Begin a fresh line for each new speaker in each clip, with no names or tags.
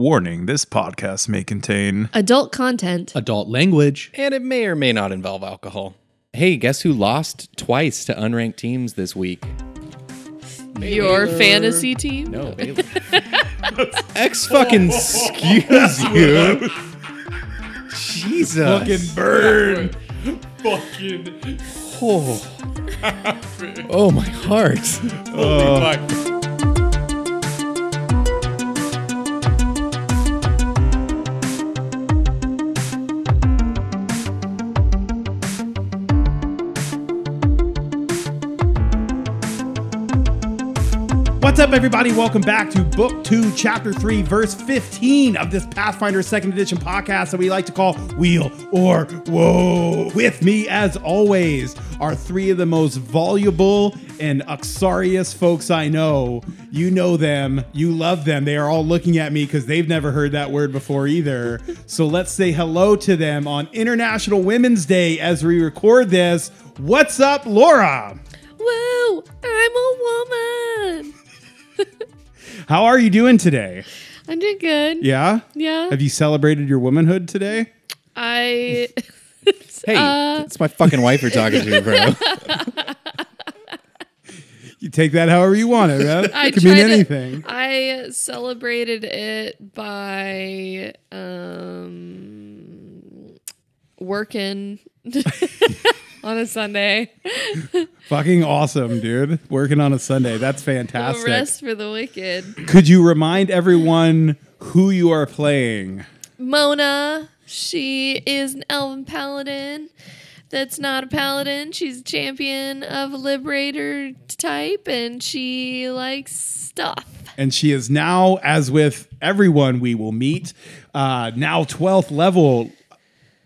Warning this podcast may contain.
Adult content.
Adult language.
And it may or may not involve alcohol. Hey, guess who lost twice to unranked teams this week?
Your fantasy team?
No, Baylor. X fucking excuse you. Jesus.
Fucking burn.
Fucking
oh. oh, my heart.
holy fuck.
What's up, everybody? Welcome back to Book 2, Chapter 3, Verse 15 of this Pathfinder Second Edition podcast that we like to call Wheel or Whoa. With me, as always, are three of the most voluble and uxorious folks I know. You know them, you love them. They are all looking at me because they've never heard that word before either. So let's say hello to them on International Women's Day as we record this. What's up, Laura?
Woo! I'm a woman.
How are you doing today?
I'm doing good.
Yeah?
Yeah.
Have you celebrated your womanhood today?
I
Hey, it's my fucking wife you're talking to, bro.
You take that however you want it, right?
I
it could mean
tried to-
anything.
I celebrated it by um working on a Sunday.
Fucking awesome, dude. Working on a Sunday. That's
The
fantastic.
rest for the wicked.
Could you remind everyone who you are playing?
Mona, she is an elven paladin. That's not a paladin. She's a champion of a liberator type, and she likes stuff.
And she is now, as with everyone we will meet, uh, now 12th level.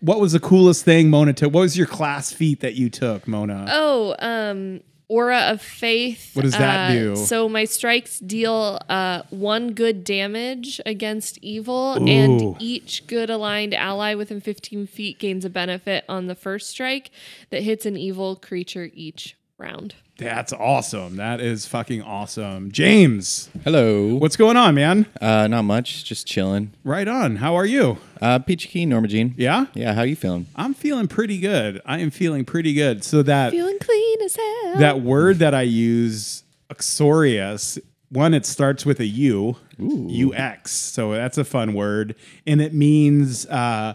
What was the coolest thing Mona took? What was your class feat that you took, Mona?
Oh, um, aura of faith.
What does that
Uh,
do?
So my strikes deal uh, one good damage against evil, and
Ooh.
each good aligned ally within 15 feet gains a benefit on the first strike that hits an evil creature each round.
That's awesome. That is fucking awesome. James,
Hello.
what's going on, man?
Uh, not much, just chilling.
Right on. How are you?
Uh, Peachy Keen, Norma Jean.
Yeah?
Yeah, how you feeling?
I'm feeling pretty good. I am feeling pretty good. So that
Feeling clean as hell.
that word that I use, uxorious, one it starts with a U, UX. So that's a fun word, and it means uh,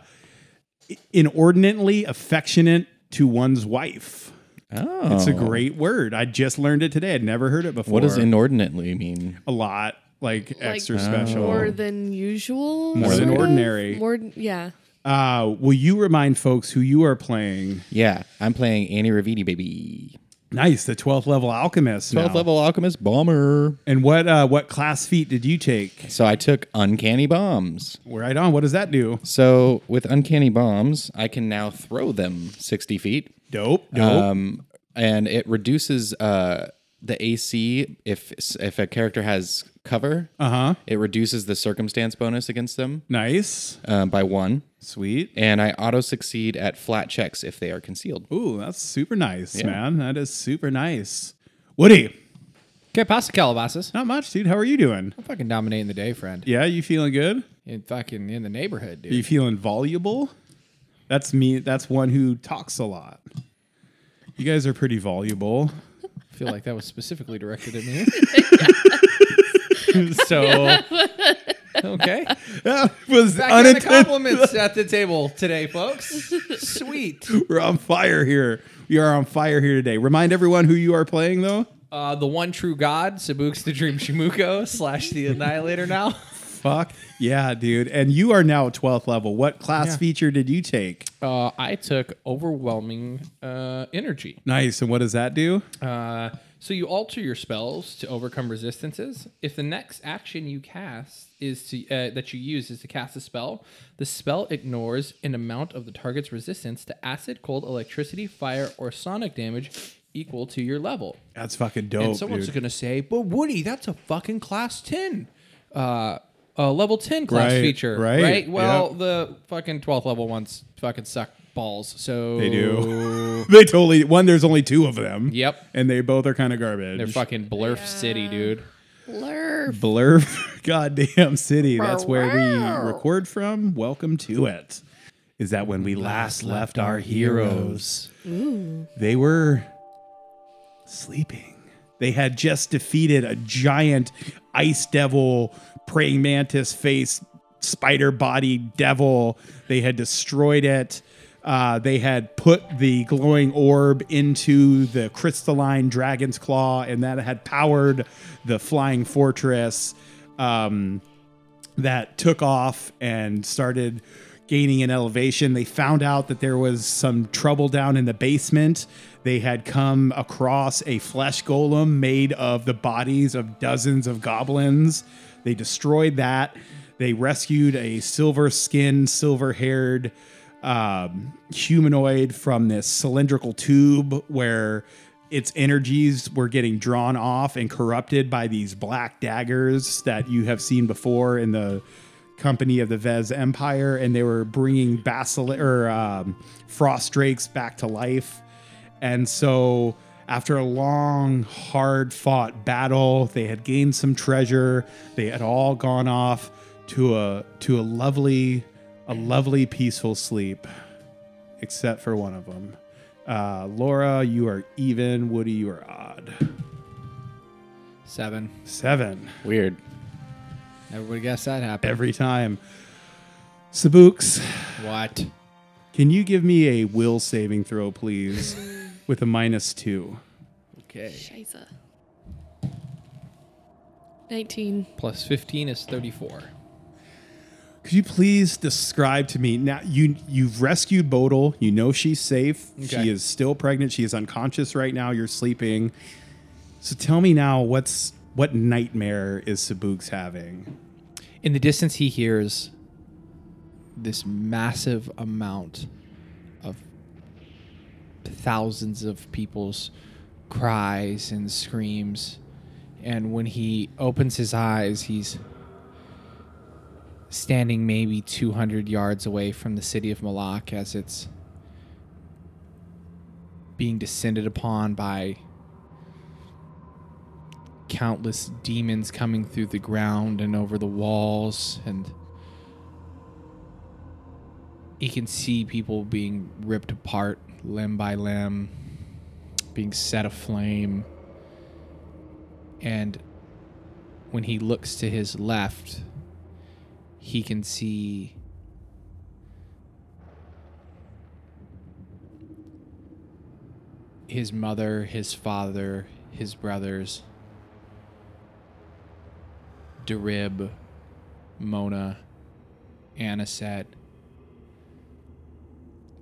inordinately affectionate to one's wife.
Oh.
It's a great word. I just learned it today. I'd never heard it before.
What Oh. does inordinately mean?
a lot like, extra
Like,
special?
More than usual.
More
than
sort of?
ordinary.
More, yeah.
Uh, will you remind folks who you are playing?
Yeah, I'm playing Annie Raviti, baby.
Nice, the twelfth level alchemist.
12th
now.
level alchemist bomber.
And what uh, what class feat did you take?
So I took uncanny bombs.
Right on. What does that do?
So with uncanny bombs, I can now throw them 60 feet.
Dope. Dope.
Um, and it reduces uh, the AC if if a character has cover. Uh
Uh-huh.
huh. It reduces the circumstance bonus against them
nice.
um, by one.
Sweet.
And I auto succeed at flat checks if they are concealed.
Ooh, that's super nice, man. That is super nice. Woody,
Okay, pasta calabasas.
not much, dude. How are you doing?
I'm fucking dominating the day, friend.
Yeah, you feeling good?
In fucking in the neighborhood,
You
dude.
feeling voluble? That's me. That's one who talks a lot. You guys are pretty voluble.
I feel like that was specifically directed at me. so okay,
That was
back in the
unintended.
compliments at the table today, folks. Sweet.
We're on fire here. We are on fire here today. Remind everyone who you are playing, though.
Uh, the one true god, Sabuks the Dream Shimuko slash the Annihilator. Now
Fuck yeah, dude. And you are now 12th level. What class feature did you take?
uh, I took overwhelming uh, energy.
Nice. And what does that do?
Uh, so you alter your spells to overcome resistances. If the next action you cast is to uh, that you use is to cast a spell, the spell ignores an amount of the target's resistance to acid, cold, electricity, fire, or sonic damage equal to your level.
That's fucking dope.
and someone's
Oh, dude.
gonna say, "But Woody, that's a fucking class ten, uh, uh level ten class
Right,
feature,
right,
Well,
yep.
the fucking twelfth level ones fucking suck balls. So
They do. they totally one. There's only two of them.
Yep.
And they both are kind of garbage.
They're fucking Blurf City, dude.
Blurf.
Blur goddamn city. That's where we record from. Welcome to it. Is that when we last left our heroes? They were sleeping. They had just defeated a giant ice devil, praying mantis face, spider body devil. They had destroyed it. Uh, they had put the glowing orb into the crystalline dragon's claw, and that had powered the flying fortress um, that took off and started gaining an elevation. They found out that there was some trouble down in the basement. They had come across a flesh golem made of the bodies of dozens of goblins. They destroyed that. They rescued a silver skinned, silver haired um, humanoid from this cylindrical tube where its energies were getting drawn off and corrupted by these black daggers that you have seen before in the company of the Vez Empire, and they were bringing Basil or um, Frost Drakes back to life. And so, after a long, hard fought battle, they had gained some treasure. They had all gone off to a to a lovely, a lovely, peaceful sleep, except for one of them. Uh, Laura, you are even. Woody, you are odd.
Seven.
Seven.
Weird.
Everybody guess that happened.
every time. Sabooks,
What?
can you give me a will saving throw, please, with a minus two?
Okay.
Shiza. 19.
Plus 15 is 34.
Could you please describe to me now? You you've rescued Bodil. You know she's safe.
Okay.
She is still pregnant. She is unconscious right now. You're sleeping. So tell me now, what's what nightmare is Sabooks having?
In the distance, he hears this massive amount of thousands of people's cries and screams. And when he opens his eyes, he's standing maybe 200 yards away from the city of Malak as it's being descended upon by countless demons coming through the ground and over the walls and he can see people being ripped apart limb by limb being set aflame and when he looks to his left he can see his mother his father his brothers Derib, Mona, Aniset,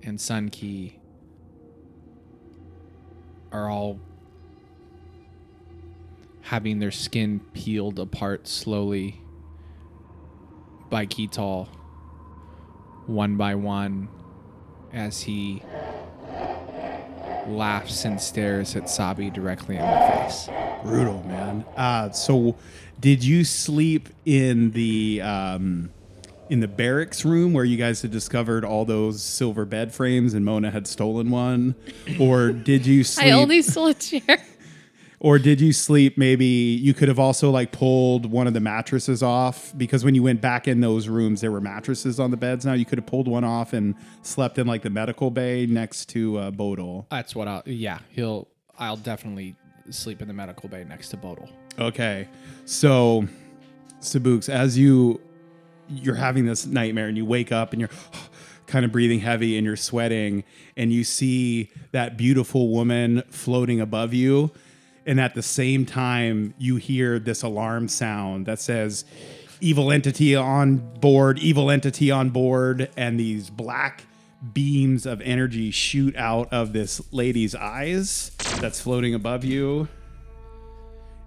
and Sunkey are all having their skin peeled apart slowly by Ketal, one by one, as he laughs and stares at Sabi directly in the face.
Brutal, man. Uh, so, did you sleep in the um, in the barracks room where you guys had discovered all those silver bed frames and Mona had stolen one, or did you sleep?
I only stole a chair.
or did you sleep? Maybe you could have also like pulled one of the mattresses off because when you went back in those rooms, there were mattresses on the beds. Now you could have pulled one off and slept in like the medical bay next to uh, Bodil.
That's what I'll. Yeah, he'll. I'll definitely sleep in the medical bay next to Bodil.
Okay. So, Sabooks, as you you're having this nightmare and you wake up and you're kind of breathing heavy and you're sweating and you see that beautiful woman floating above you and at the same time you hear this alarm sound that says evil entity on board evil entity on board and these black beams of energy shoot out of this lady's eyes that's floating above you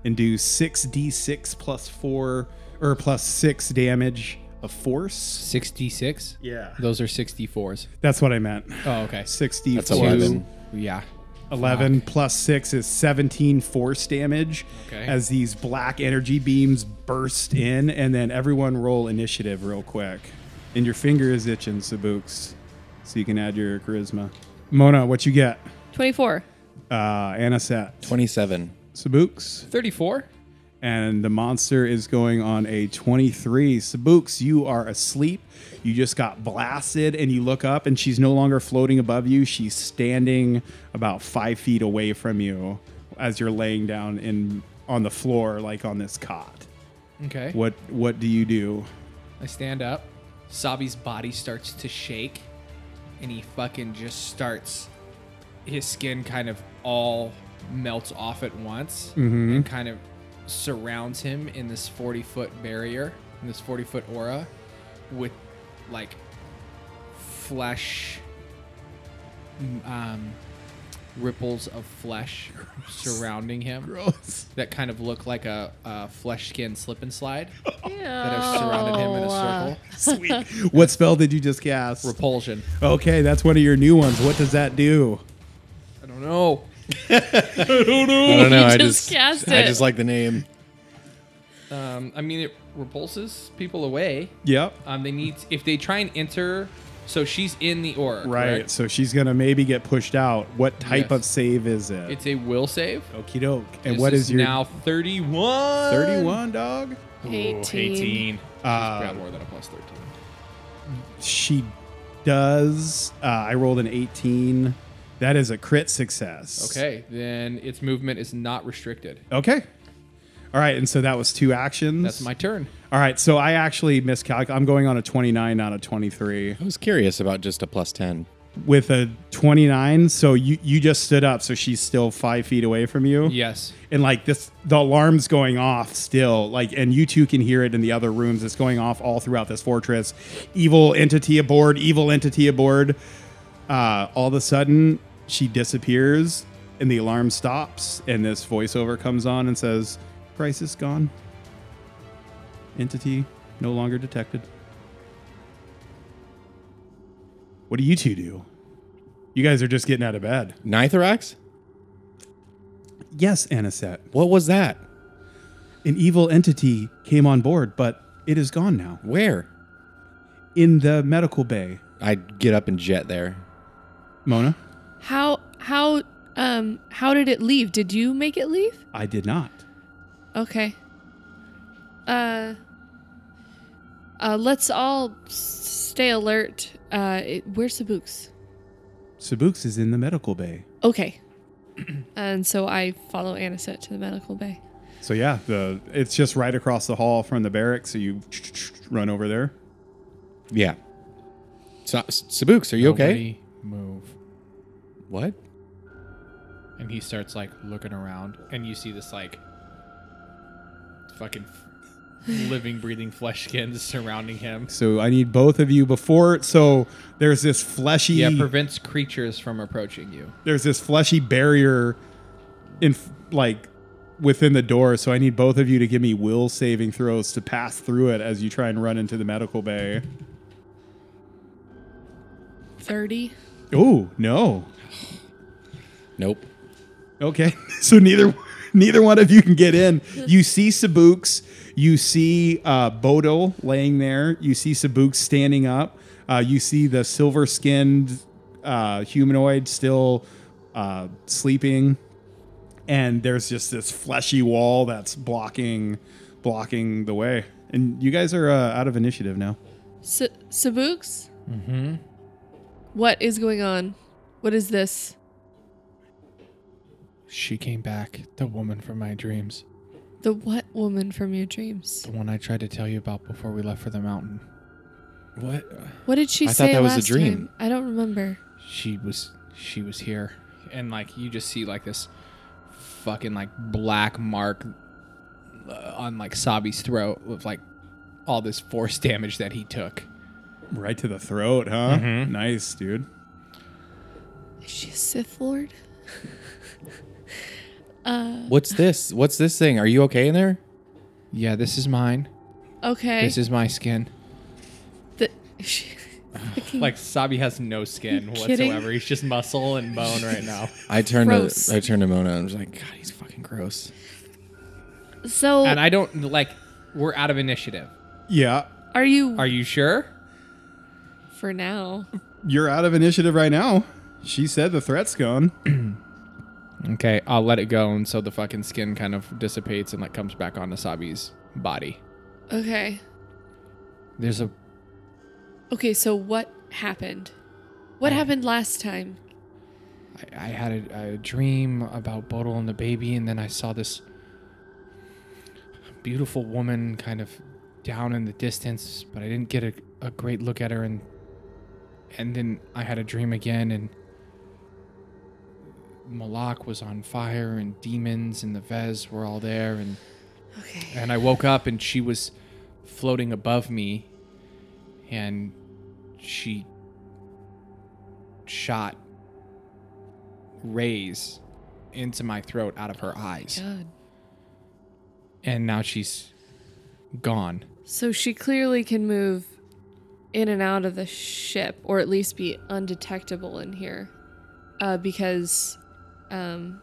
and do 6d6 plus 4 or plus 6 damage of force.
66?
Yeah.
Those are 64s.
That's what I meant. Uh,
Oh, okay.
6d4.
That's 11.
Yeah.
11 plus 6 is 17 force damage
Okay.
as these black energy beams burst in and then everyone roll initiative real quick. And your finger is itching, Sabooks. So you can add your charisma. Mona, what you get?
24.
Uh Anisette.
27.
Sabooks.
34?
and the monster is going on a 23. Sabooks, you are asleep. You just got blasted, and you look up, and she's no longer floating above you. She's standing about five feet away from you as you're laying down in on the floor, like on this cot.
Okay.
What What do you do?
I stand up. Sabi's body starts to shake, and he fucking just starts. His skin kind of all melts off at once and kind of surrounds him in this 40 foot barrier, in this 40 foot aura, with like flesh, m- um, ripples of flesh surrounding him that kind of look like a, a flesh skin slip and slide that
Oh,
have surrounded him in a circle.
Sweet. what spell did you just cast?
Repulsion.
Okay, that's one of your new ones. What does that do?
I don't know.
I don't know.
You
I
just
just,
cast
I
it.
just like the name.
Um, I mean, it repulses people away.
Yep.
Um, they need if they try and enter. So she's in the aura.
Right.
correct?
So she's gonna maybe get pushed out. What type
Yes.
of save is it?
It's a will save.
Okie doke. And
This
what is, your
now thirty-one?
31 dog?
18.
Got more than a plus thirteen.
She does. Uh, I rolled an 18. That is a crit success.
Okay, then its movement is not restricted.
Okay. All right. And so that was two actions.
That's my turn.
All right. So I actually miscalculated. I'm going on a 29, not a 23.
I was curious about just a plus ten.
With a 29. So you, you just stood up. So she's still five feet away from you.
Yes.
and like this the alarm's going off still like and you two can hear it in the other rooms it's going off all throughout this fortress evil entity aboard evil entity aboard uh, all of a sudden she disappears and the alarm stops and this voiceover comes on and says crisis gone entity no longer detected what do you two do you guys are just getting out of bed
Nithrax?
yes aniset
What was that?
An evil entity came on board, but it is gone now.
Where?
In the medical bay.
I'd get up and jet there.
Mona,
How how um how did it leave? Did you make it leave?
I did not.
Okay. Uh uh, let's all s- stay alert. Uh, it, where's the books?
Sabooks is in the medical bay.
Okay. and so I follow Aniset to the medical bay.
So yeah, the it's just right across the hall from the barracks, so you run over there.
Yeah. So, Sabooks, are you okay?
Nobody Move.
What?
And he starts like looking around, and you see this like fucking f- living, breathing flesh skin surrounding him.
So I need both of you before so there's this fleshy
Yeah, prevents creatures from approaching you.
there's this fleshy barrier in f- like within the door, so I need both of you to give me will saving throws to pass through it as you try and run into the medical bay.
30.
Oh, no.
Nope.
Okay. So neither neither one of you can get in. You see Sabooks. You see uh, Bodo laying there. You see Sabooks standing up. Uh, you see the silver skinned uh, humanoid still uh, sleeping. And there's just this fleshy wall that's blocking blocking the way. And you guys are uh, out of initiative now.
S- Sabooks? Mm-hmm. What is going on? What is this?
She came back, the woman from my dreams,
The what woman from your dreams?
the one I tried to tell you about before we left for the mountain.
What?
What did she
I thought
say
that was a
last
dream.
time? I don't remember.
She was, she was here, and like you just see like this fucking like black mark uh, on like Sabi's throat with like all this force damage that he took.
Right to the throat, huh? Nice, dude.
Is she a Sith Lord?
What's this? What's this thing? Are you okay in there?
Yeah, this is mine.
Okay.
This is my skin.
the, she,
Like Sabi has no skin
kidding?
whatsoever. He's just muscle and bone right now.
I turned
Gross.
to I turned to Mona and I was like, God, he's fucking gross.
so
and I don't like. We're out of initiative.
Yeah.
are you
Are you sure?
for now?
You're out of initiative right now. She said the threat's gone.
Okay, I'll let it go, and so the fucking skin kind of dissipates and like comes back onto Sabi's body.
Okay.
There's a
Okay, so what happened? What happened last time?
I, I had a, a dream about Bodil and the baby, and then I saw this beautiful woman kind of down in the distance, but I didn't get a, a great look at her. And and then I had a dream again, and Malak was on fire, and demons and the Vez were all there, and
Okay.
and I woke up and she was floating above me and she shot rays into my throat out of her eyes
God.
and now she's gone
So she clearly can move in and out of the ship, or at least be undetectable in here, uh, because um,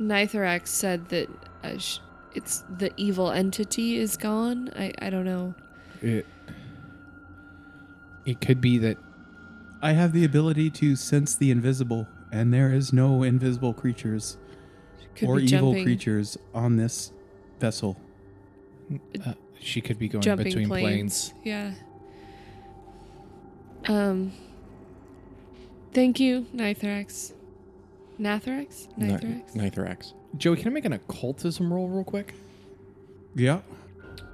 Nithrax said that uh, sh- it's the evil entity is gone. I, I don't know.
it it could be that
I have the ability to sense the invisible, and there is no invisible creatures
Could
or
be
evil
jumping.
creatures on this vessel.
uh, she could be going
jumping
between planes.
planes. Yeah. Um. Thank you, Nithrax. Nathrax? Nithrax?
Nithrax.
joey can i make an occultism roll real quick
Yeah.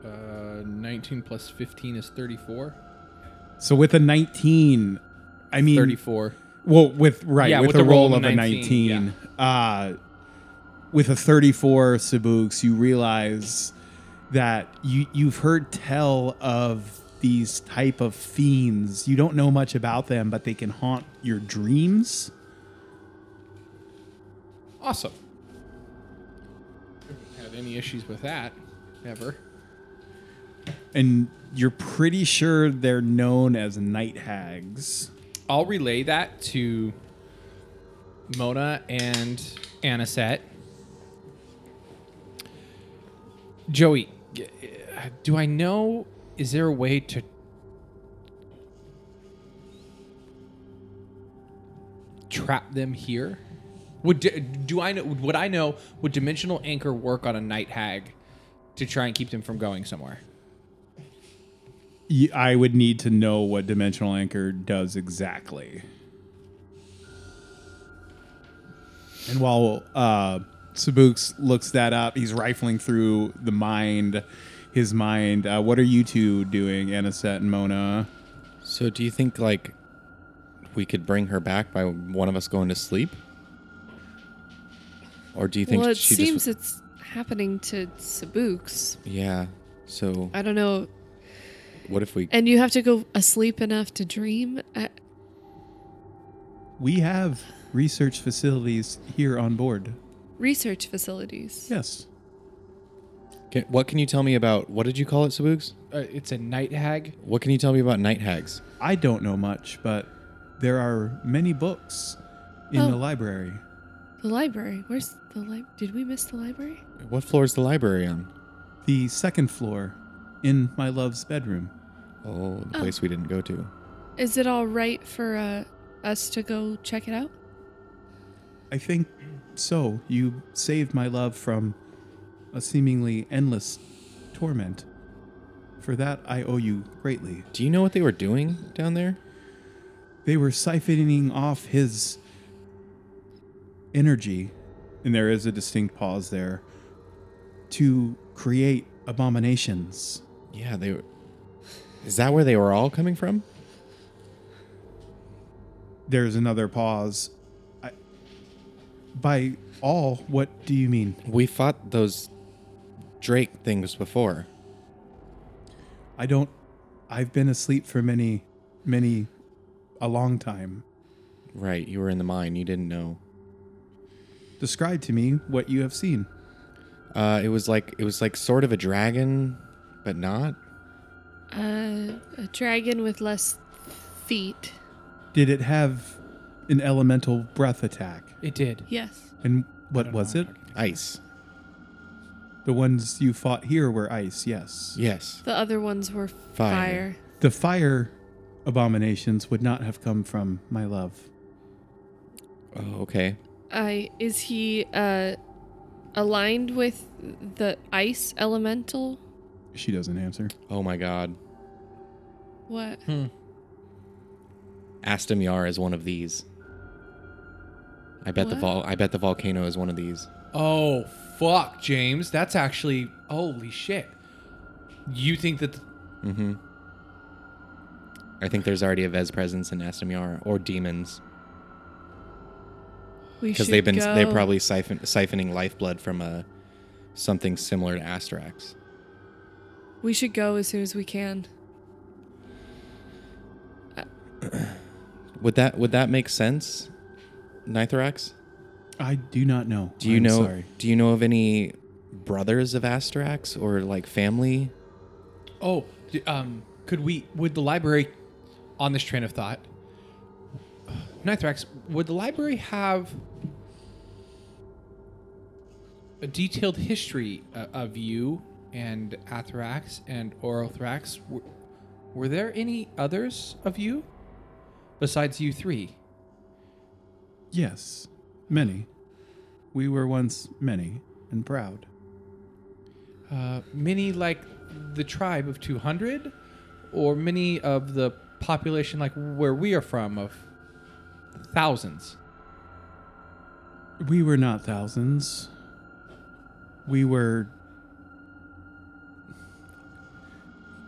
Uh, 19 plus 15 is 34.
So with a 19, I mean,
34.
well, with right,
Yeah,
with,
with
a
the
roll
roll
of
of
a 19,
19,
uh, with a 34 Sabuks, you realize that you you've heard tell of these type of fiends. You don't know much about them, but they can haunt your dreams.
Awesome. Had any issues with that ever?
and you're pretty sure they're known as night hags.
I'll relay that to Mona and Anisette.
Joey, g- uh, do I know? Is there a way to.
Trap them here. Would d- do I know? Would I know? Would dimensional anchor work on a night hag to try and keep them from going somewhere?
Y- I would need to know what dimensional anchor does exactly. And while uh, Sabuks looks that up, he's rifling through the mind, his mind. Uh, what are you two doing, Anisette and Mona?
So do you think like we could bring her back by one of us going to sleep? Or do you think
Well, it
she
seems
just
it's happening to Sabuks.
Yeah. So
I don't know.
what if we
And you have to go asleep enough to dream. I,
We have research facilities here on board.
research facilities.
Yes.
can, what can you tell me about what did you call it, Sabuks?
Uh, it's a night hag?
What can you tell me about night hags?
I don't know much, but there are many books in the
Oh.
library.
The library. Where's the li? Did we miss the library?
What floor is the library on?
the second floor in my love's bedroom.
Oh, the
Oh.
place we didn't go to.
Is it all right for uh, us to go check it out?
I think so. You saved my love from a seemingly endless torment. For that, I owe you greatly.
Do you know what they were doing down there?
They were siphoning off his energy, and there is a distinct pause there, to create abominations.
Yeah, they were. Is that where they were all coming from?
There's another pause. I, by all, what do you mean?
We fought those Drake things before.
I don't. I've been asleep for many, many, a long time.
Right, you were in the mine. You didn't know.
Describe to me what you have seen.
Uh, it was like it was like sort of a dragon, but not.
Uh, a dragon with less feet.
Did it have an elemental breath attack?
It did.
Yes.
And what was it?
Ice.
The ones you fought here were ice, yes.
Yes.
The other ones were fire.
The fire abominations would not have come from my love.
Oh, okay.
I is he uh aligned with the ice elemental?
She doesn't answer.
Oh my God.
What?
Astum Yar is one of these. I bet the
What?
vol- I bet the volcano is one of these.
Oh fuck, James. That's actually holy shit. You think that? The,
Mm-hmm. I think there's already a Vez presence in Astum Yar or demons
We
because
should
they've been
go.
they're probably siphon- siphoning lifeblood from a something similar to Astrax.
We should go as soon as we can.
Would that would that make sense, Nithorax?
I do not know.
Do you
I'm
know
Sorry.
Do you know of any brothers of Astrax or like family?
oh, d- um, could we? Would the library, on this train of thought, Nithrax, would the library have a detailed history uh, of you and Athrax and Oralthrax? Were, were there any others of you besides you three?
Yes, many. We were once many and proud.
Uh, many like the tribe of 200, or many of the population like where we are from of thousands.
We were not thousands. We were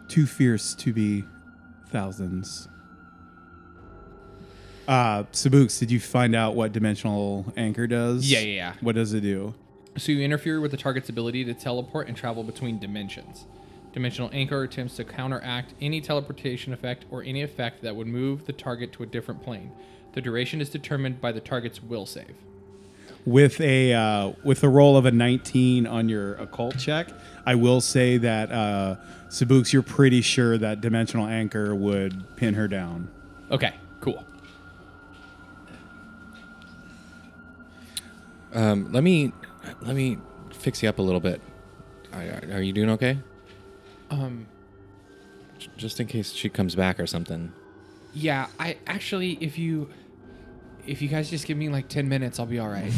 too fierce to be thousands. Uh, Sabuks, did you find out what dimensional anchor does?
Yeah, yeah, yeah.
What does it do?
So you interfere with the target's ability to teleport and travel between dimensions. Dimensional anchor attempts to counteract any teleportation effect or any effect that would move the target to a different plane. The duration is determined by the target's will save.
with a uh, with the roll of a 19 on your occult check i will say that uh sabuks you're pretty sure that dimensional anchor would pin her down
Okay, cool.
Um, let me let me fix you up a little bit. I, I- are you doing okay?
Um,
J- Just in case she comes back or something.
yeah, I actually, if you, if you guys just give me like ten minutes, I'll be all right.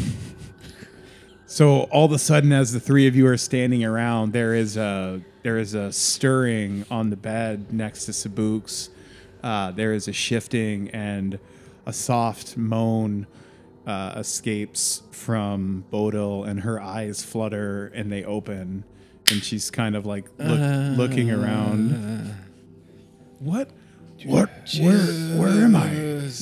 so all of a sudden as the three of you are standing around there is a there is a stirring on the bed next to sabuks uh, there is a shifting and a soft moan uh, escapes from Bodil and her eyes flutter and they open and she's kind of like look, looking around. What? What? Where? Where am I?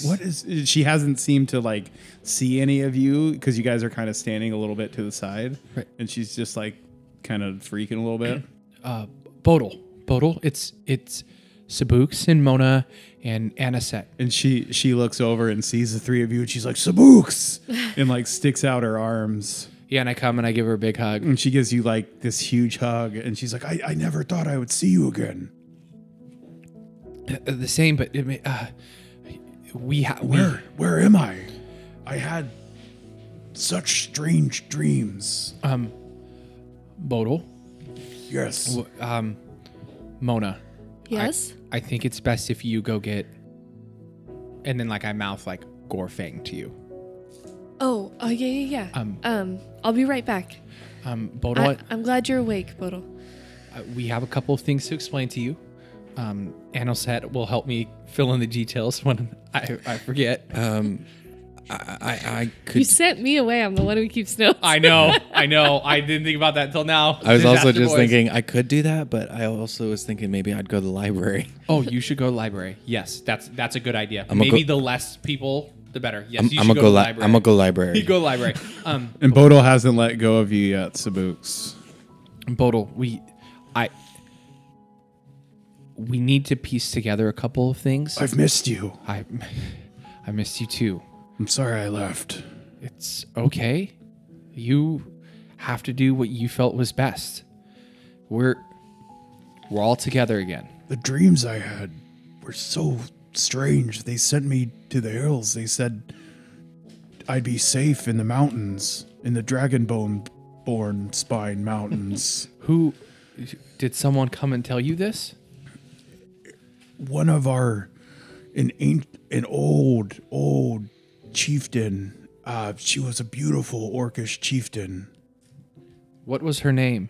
What is? She hasn't seemed to like see any of you because you guys are kind of standing a little bit to the side,
Right.
and she's just like kind of freaking a little bit.
uh, Bodil. Bodil, it's it's Sabuks and Mona and Aniset.
And she she looks over and sees the three of you, and she's like Sabuks, and like sticks out her arms.
Yeah, and I come and I give her a big hug.
And she gives you like this huge hug, and she's like, I, I never thought I would see you again.
Uh, the same, but I mean, uh, we ha- we-
Where where am I? I had such strange dreams.
um Bodil,
Yes.
w- um Mona.
Yes.
I think it's best if you go get. And then like I mouth like Gorfang to you.
oh, oh yeah, yeah, yeah.
Um,
Um, I'll be right back.
Um,
I,
Bodil,
I'm glad you're awake, Bodil.
Uh, we have a couple of things to explain to you. Um, Anosat will help me fill in the details when I, I forget.
Um, I I, I
You
could.
sent me away. I'm the one who keeps notes.
I know, I know. I didn't think about that till now.
I was also
Disaster
just
Boys.
thinking I could do that, but I also was thinking maybe I'd go to the library.
Oh, you should go to the library. Yes, that's that's a good idea.
I'mma
Maybe
go-
the less people, the better. Yes,
I'm,
you
I'm
should go,
gonna go.
to the
Li- I'm
library.
gonna go library.
You go to the library. Um,
And Bodil hasn't let go of you yet, Sabuks.
Bodil, we, I, we need to piece together a couple of things.
I've missed you.
I, I missed you too.
I'm sorry I left.
It's okay. You have to do what you felt was best. We're we're all together again.
The dreams I had were so strange. They sent me to the hills. They said I'd be safe in the mountains, in the Dragonbone Born Spine Mountains.
Who did someone come and tell you this?
one of our an ancient, an old old chieftain Uh, she was a beautiful orcish chieftain.
What was her name?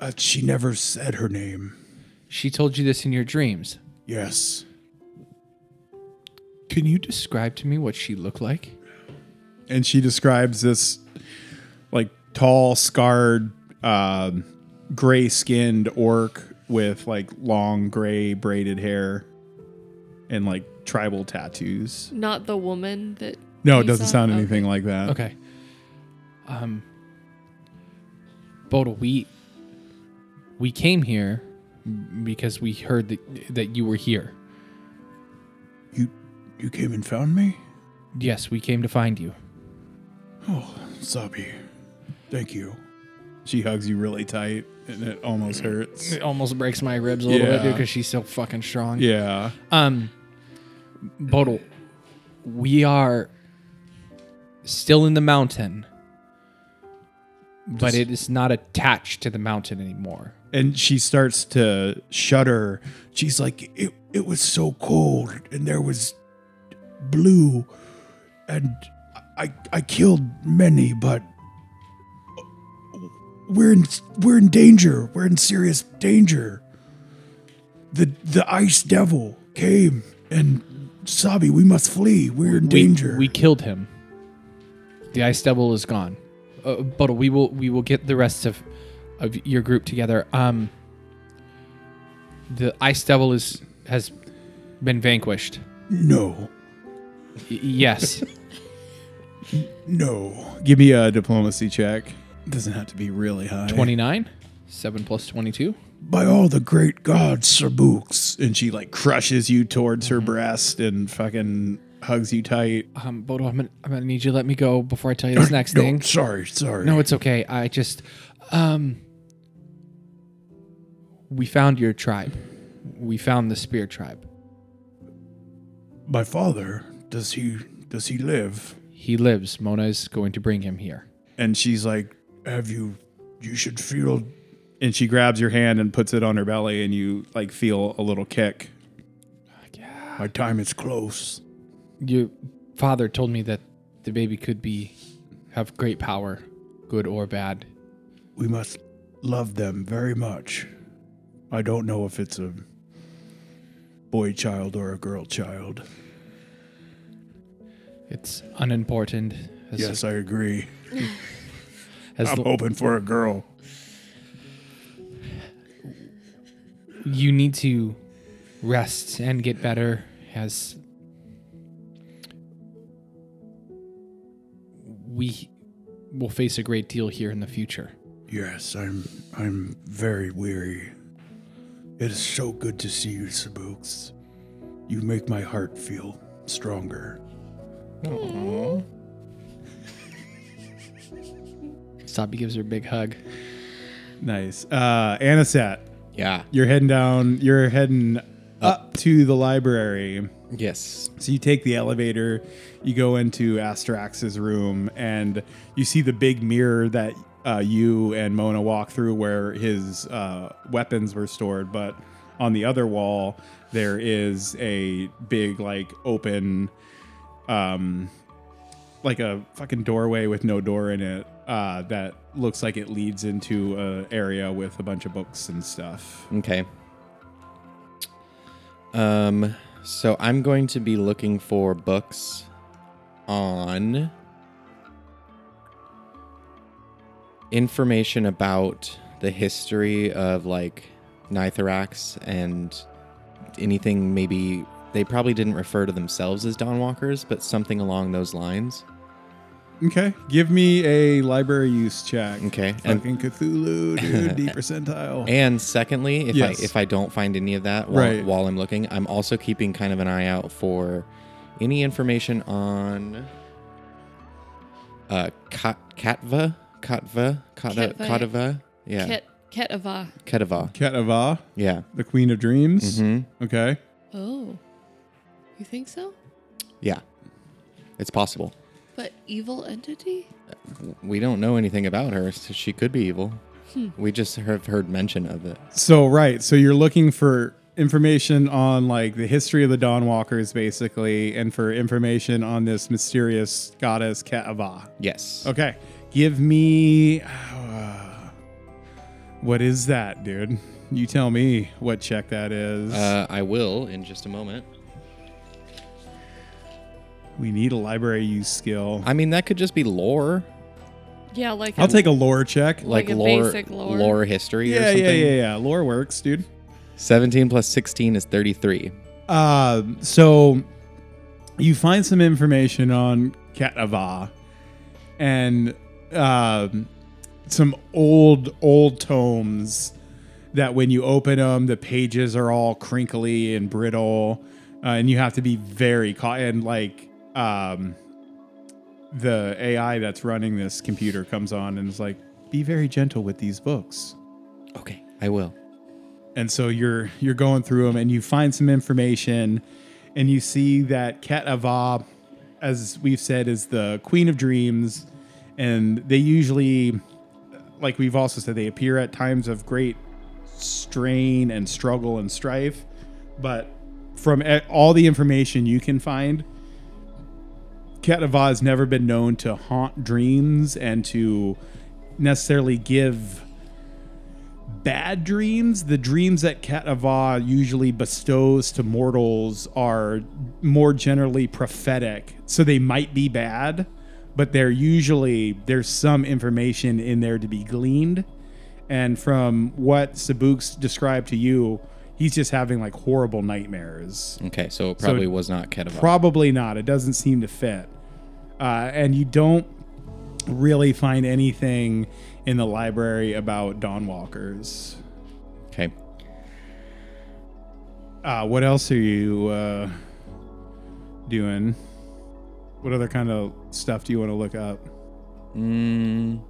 Uh, she never said her name.
She told you this in your dreams.
Yes.
Can you describe to me what she looked like?
and she describes this like tall, scarred, um, gray-skinned orc with like long gray braided hair and like tribal tattoos.
Not the woman that.
No, it
we
doesn't
saw?
sound
Okay.
anything like that.
Okay. Um Boda, we we came here because we heard that that you were here.
You you came and found me?
Yes, we came to find you.
Sabi. Thank you.
She hugs you really tight and it almost hurts.
It almost breaks my ribs a little bit
Yeah.
dude, because she's so fucking strong.
Yeah.
Um, Bodil, we are still in the mountain, but it is not attached to the mountain anymore.
And she starts to shudder.
She's like, it, it was so cold and there was blue and I I killed many, but we're in we're in danger. We're in serious danger. The the ice devil came and Sabi, we must flee. We're in
We-
danger.
We, killed him. The ice devil is gone. Uh, Bodil, we will we will get the rest of of your group together. Um, the ice devil is has been vanquished.
no.
Y- yes.
No.
Give me a diplomacy check. Doesn't have to be really high.
29 7 plus 22
By all the great gods, Sabuks.
And she like crushes you towards her breast and fucking hugs you tight.
um bodo i'm gonna, I'm gonna need you to let me go before i tell you this next
No,
thing
sorry, sorry.
no it's okay i just um we found your tribe we found the spear tribe
My father, does he does he live?
he lives mona is going to bring him here
And she's like,
Have you you should feel
and she grabs your hand and puts it on her belly, and you like feel a little kick.
my time is close.
your father told me that the baby could be have great power good or bad
We must love them very much. I don't know if it's a boy child or a girl child.
it's unimportant as,
Yes, I agree.
as
I'm
l-
hoping for a girl.
you need to rest and get better as we will face a great deal here in the future.
Yes, I'm I'm very weary. It is so good to see you, Sabuks. You make my heart feel stronger.
Sabi gives her a big hug.
Nice. Uh, Anisat,
Yeah.
you're heading down. You're heading up to the library.
Yes.
So you take the elevator, you go into Astrax's room, and you see the big mirror that uh, you and Mona walk through where his uh, weapons were stored. But on the other wall, there is a big, like, open, um, like a fucking doorway with no door in it uh, that looks like it leads into an area with a bunch of books and stuff.
Okay. Um so I'm going to be looking for books on information about the history of like Nithrax and anything maybe they probably didn't refer to themselves as Don Walkers, but something along those lines.
Okay. Give me a library use check.
Okay. And-
Fucking Cthulhu, dude. D percentile.
And secondly, if
Yes.
I if I don't find any of that while,
Right.
while I'm looking, I'm also keeping kind of an eye out for any information on uh Kat, Katva, Katva, Katva,
Katva.
Katva, yeah,
Ket, Ketava.
Katva,
Ketava,
yeah,
the Queen of Dreams.
hmm
Okay.
Oh. You think so?
yeah. It's possible.
But evil entity?
We don't know anything about her, so
Hmm.
she could be evil. We just have heard mention of it.
So, right. So you're looking for information on like the history of the Dawnwalkers, basically, and for information on this mysterious goddess Kaava.
Yes.
Okay, give me. uh, what is that, dude? You tell me what check that is.
Uh, I will in just a moment.
we need a library use skill.
I mean, that could just be lore,
Yeah, like
I'll take a lore check.
like,
Like a
lore,
basic lore.
history or
Yeah,
something.
yeah, yeah, yeah. Lore works, dude.
Seventeen plus sixteen is thirty-three.
Um, so you find some information on Katava and um, some old old tomes that when you open them, the pages are all crinkly and brittle, uh, and you have to be very caught. And like um, the AI that's running this computer comes on and is like, "Be very gentle with these books."
Okay, I will.
and so you're you're going through them and you find some information and you see that Ket Ava, as we've said, is the queen of dreams, and they usually, like we've also said, they appear at times of great strain and struggle and strife. But from e- all the information you can find, Ket Ava has never been known to haunt dreams and to necessarily give bad dreams, the dreams that Katava usually bestows to mortals are more generally prophetic. So they might be bad, but they're usually there's some information in there to be gleaned. And from what Sabuks described to you, he's just having like horrible nightmares.
Okay, so it probably was not Ketavar.
Probably not. It doesn't seem to fit. Uh, and you don't really find anything in the library about Dawnwalkers.
okay,
Uh, what else are you uh, doing? What other kind of stuff do you want to look up?
mm,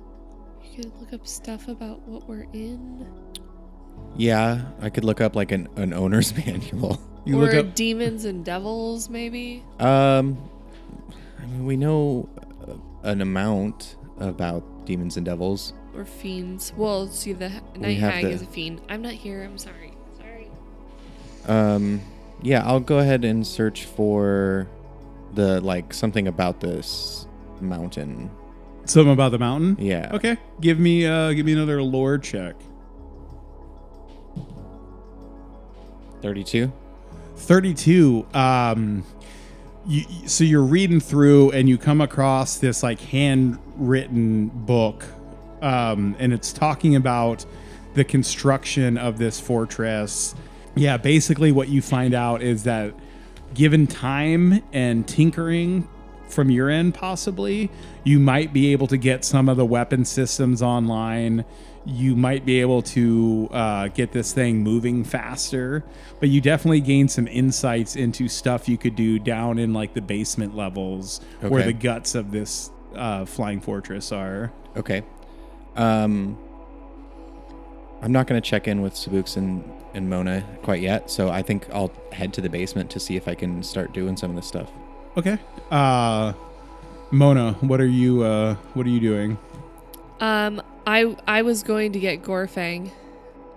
You could look up stuff about what we're in.
yeah, I could look up like an, an owner's manual.
You
or
look up.
demons and devils, maybe.
Um, I mean, we know uh, an amount about demons and devils.
Or fiends. Well, see, the h- night
have
hag
the-
is a fiend. I'm not here. I'm sorry. Sorry.
Um, yeah, I'll go ahead and search for the like something about this mountain.
Something about the mountain.
Yeah.
Okay. Give me uh, give me another lore check.
Thirty-two.
32 um you, so you're reading through and you come across this like handwritten book um and it's talking about the construction of this fortress yeah basically what you find out is that given time and tinkering from your end possibly you might be able to get some of the weapon systems online you might be able to uh, get this thing moving faster but you definitely gain some insights into stuff you could do down in like the basement levels where
Okay.
the guts of this uh, flying fortress are
Okay. Um, I'm not gonna check in with Sabuks and and Mona quite yet, so I think I'll head to the basement to see if I can start doing some of this stuff.
okay uh mona what are you uh what are you doing
Um, I I was going to get Gorfang,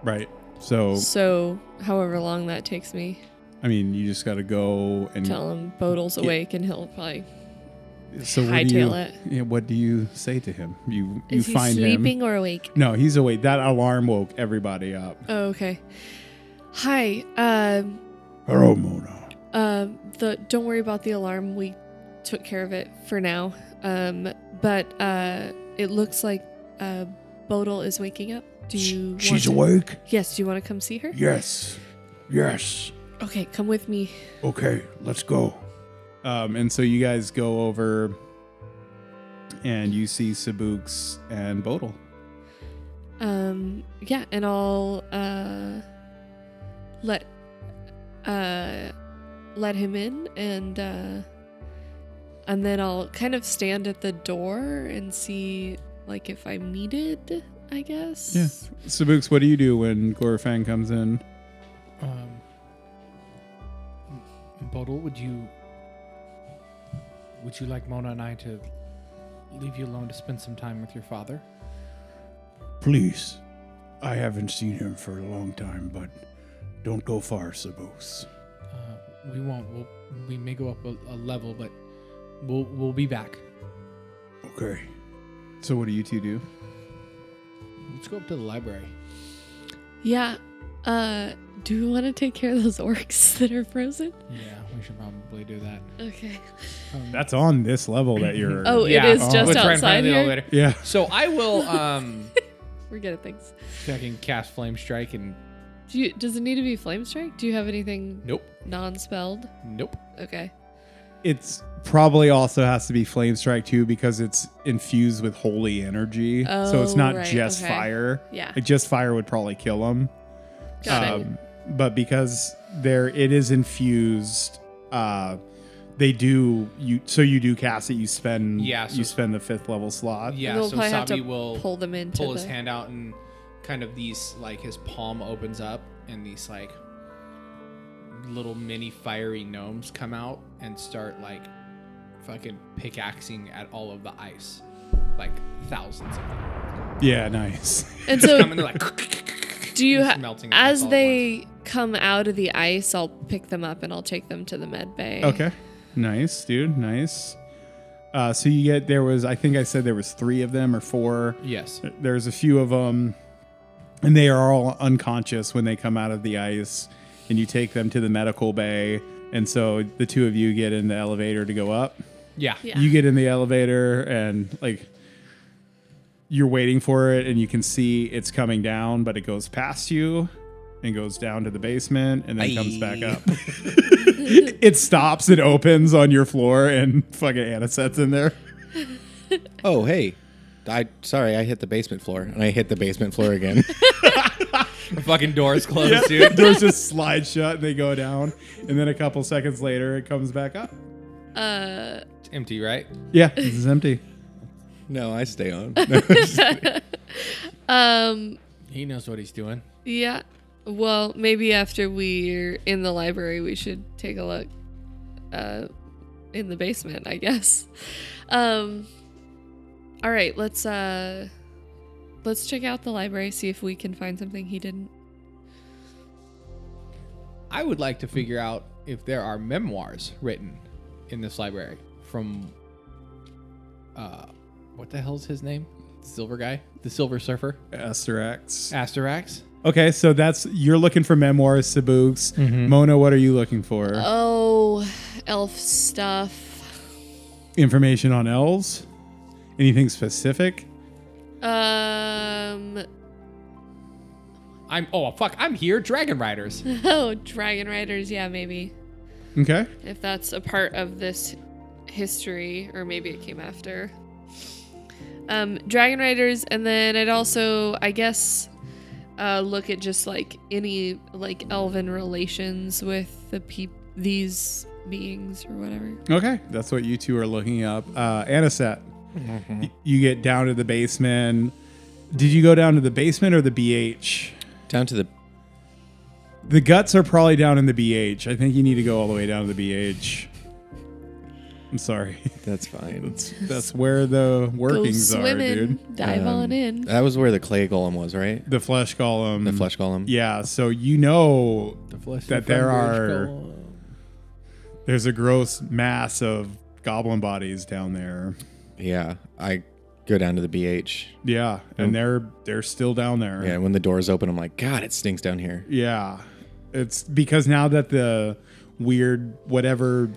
right so
so however long that takes me,
i mean you just gotta go and
tell him Bodil's awake and he'll probably.
so what do you
hightail it.
yeah, what do you say to him you you
Is he
find him
sleeping or awake?
no he's awake that alarm woke everybody up
Oh, okay. Hi. Um.
hello mona
Um. The don't worry about the alarm. We took care of it for now. Um. But uh, it looks like uh, Bodil is waking up. Do you? want to-
awake
Yes. Do you want to come see her?
yes yes
Okay. Come with me.
okay let's go um and so you guys go over and you see sabuks and bodil
Um. Yeah. And I'll uh. Let. Uh. Let him in and. uh and then I'll kind of stand at the door and see like if I'm needed, I guess.
Yeah. sabuks what do you do when gorfang comes in
Um, Bodil, would you would you like Mona and I to leave you alone to spend some time with your father?
Please. I haven't seen him for a long time, but
Don't go far, Sabos.
Uh, we won't. We'll, we may go up a, a level, but we'll we'll be back.
Okay. So what do you two do?
Let's go up to the library.
Yeah. Uh, do we want to take care of those orcs that are frozen?
Yeah, we should probably do that.
Okay.
Um,
That's on this level that you're.
Oh,
yeah,
it is
oh.
just
Which
Let's try and
outside
find the
here.
elevator.
Yeah.
So I will um
We're good at things.
fucking cast flame strike and
Do you, does it need to be flame strike? Do you have anything
nope,
non-spelled?
nope.
Okay.
It's probably also has to be flame strike too because it's infused with holy energy. so it's
Oh,
not
right,
just
okay.
fire.
Yeah.
Like just fire would probably kill him.
Got it.
Um,
But because there it is infused, uh, they do you so you do cast it. You spend
Yeah, so-
you spend the fifth level slot.
Yeah,
We'll
so
probably have to
Sabi will
pull them into
pull his
the-
hand out and kind of these like his palm opens up and these like little mini fiery gnomes come out and start like fucking pickaxing at all of the ice. Like thousands of them.
Yeah, nice.
And so
Come and they're like
Do you
Just
ha-
melting ice
as
all at
they come out of the ice? I'll pick them up and I'll take them to the med bay.
Okay. Nice, dude. Nice. Uh, so you get there was I think I said there was three of them or four.
Yes.
There's a few of them, and they are all unconscious when they come out of the ice. And you take them to the medical bay, and so the two of you get in the elevator to go up.
Yeah.
Yeah.
You get in the elevator, and like you're waiting for it, and you can see it's coming down, but it goes past you and goes down to the basement, and then comes back up. it stops and opens on your floor, and fucking Anna sets in there.
Oh, hey. I sorry, I hit the basement floor and I hit the basement floor again.
Fucking doors closed, dude.
Doors just slide shut and they go down. And then a couple seconds later, it comes back up.
Uh,
It's empty, right?
Yeah, this is empty.
no, I stay on.
um.
He knows what he's doing.
Yeah. Well, maybe after we're in the library, we should take a look. Uh, in the basement, I guess. Um. All right. Let's uh. Let's check out the library. See if we can find something he didn't.
I would like to figure out if there are memoirs written in this library from uh what the hell's his name? Silver guy? The Silver Surfer?
Asterix.
Asterax?
Okay, so that's you're looking for memoirs, Sabugs. Mona, what are you looking for?
Oh, elf stuff.
Information on elves? Anything specific?
Um.
I'm oh fuck, I'm here, Dragon Riders.
Oh, dragon riders. Yeah, maybe.
Okay.
If that's a part of this history, or maybe it came after. Um, dragon riders, and then I'd also, I guess, uh, look at just like any like elven relations with the peop these beings or whatever.
Okay, that's what you two are looking up. Uh, Anisette, y- you get down to the basement. Did you go down to the basement or the BH?
Down to the
The guts are probably down in the BH. I think you need to go all the way down to the BH. I'm sorry.
That's fine.
That's where the workings
Go
are,
swimming,
dude.
dive on
Um,
in.
That was where the clay golem was, right?
The flesh golem.
The flesh golem.
Mm-hmm. Yeah, so you know
The flesh
That there are- there's a gross mass of goblin bodies down there.
Yeah. I go down to the BH.
Yeah, and they're they're still down there.
Yeah, when the doors open, I'm like, God, it stinks down here.
Yeah. It's because now that the weird whatever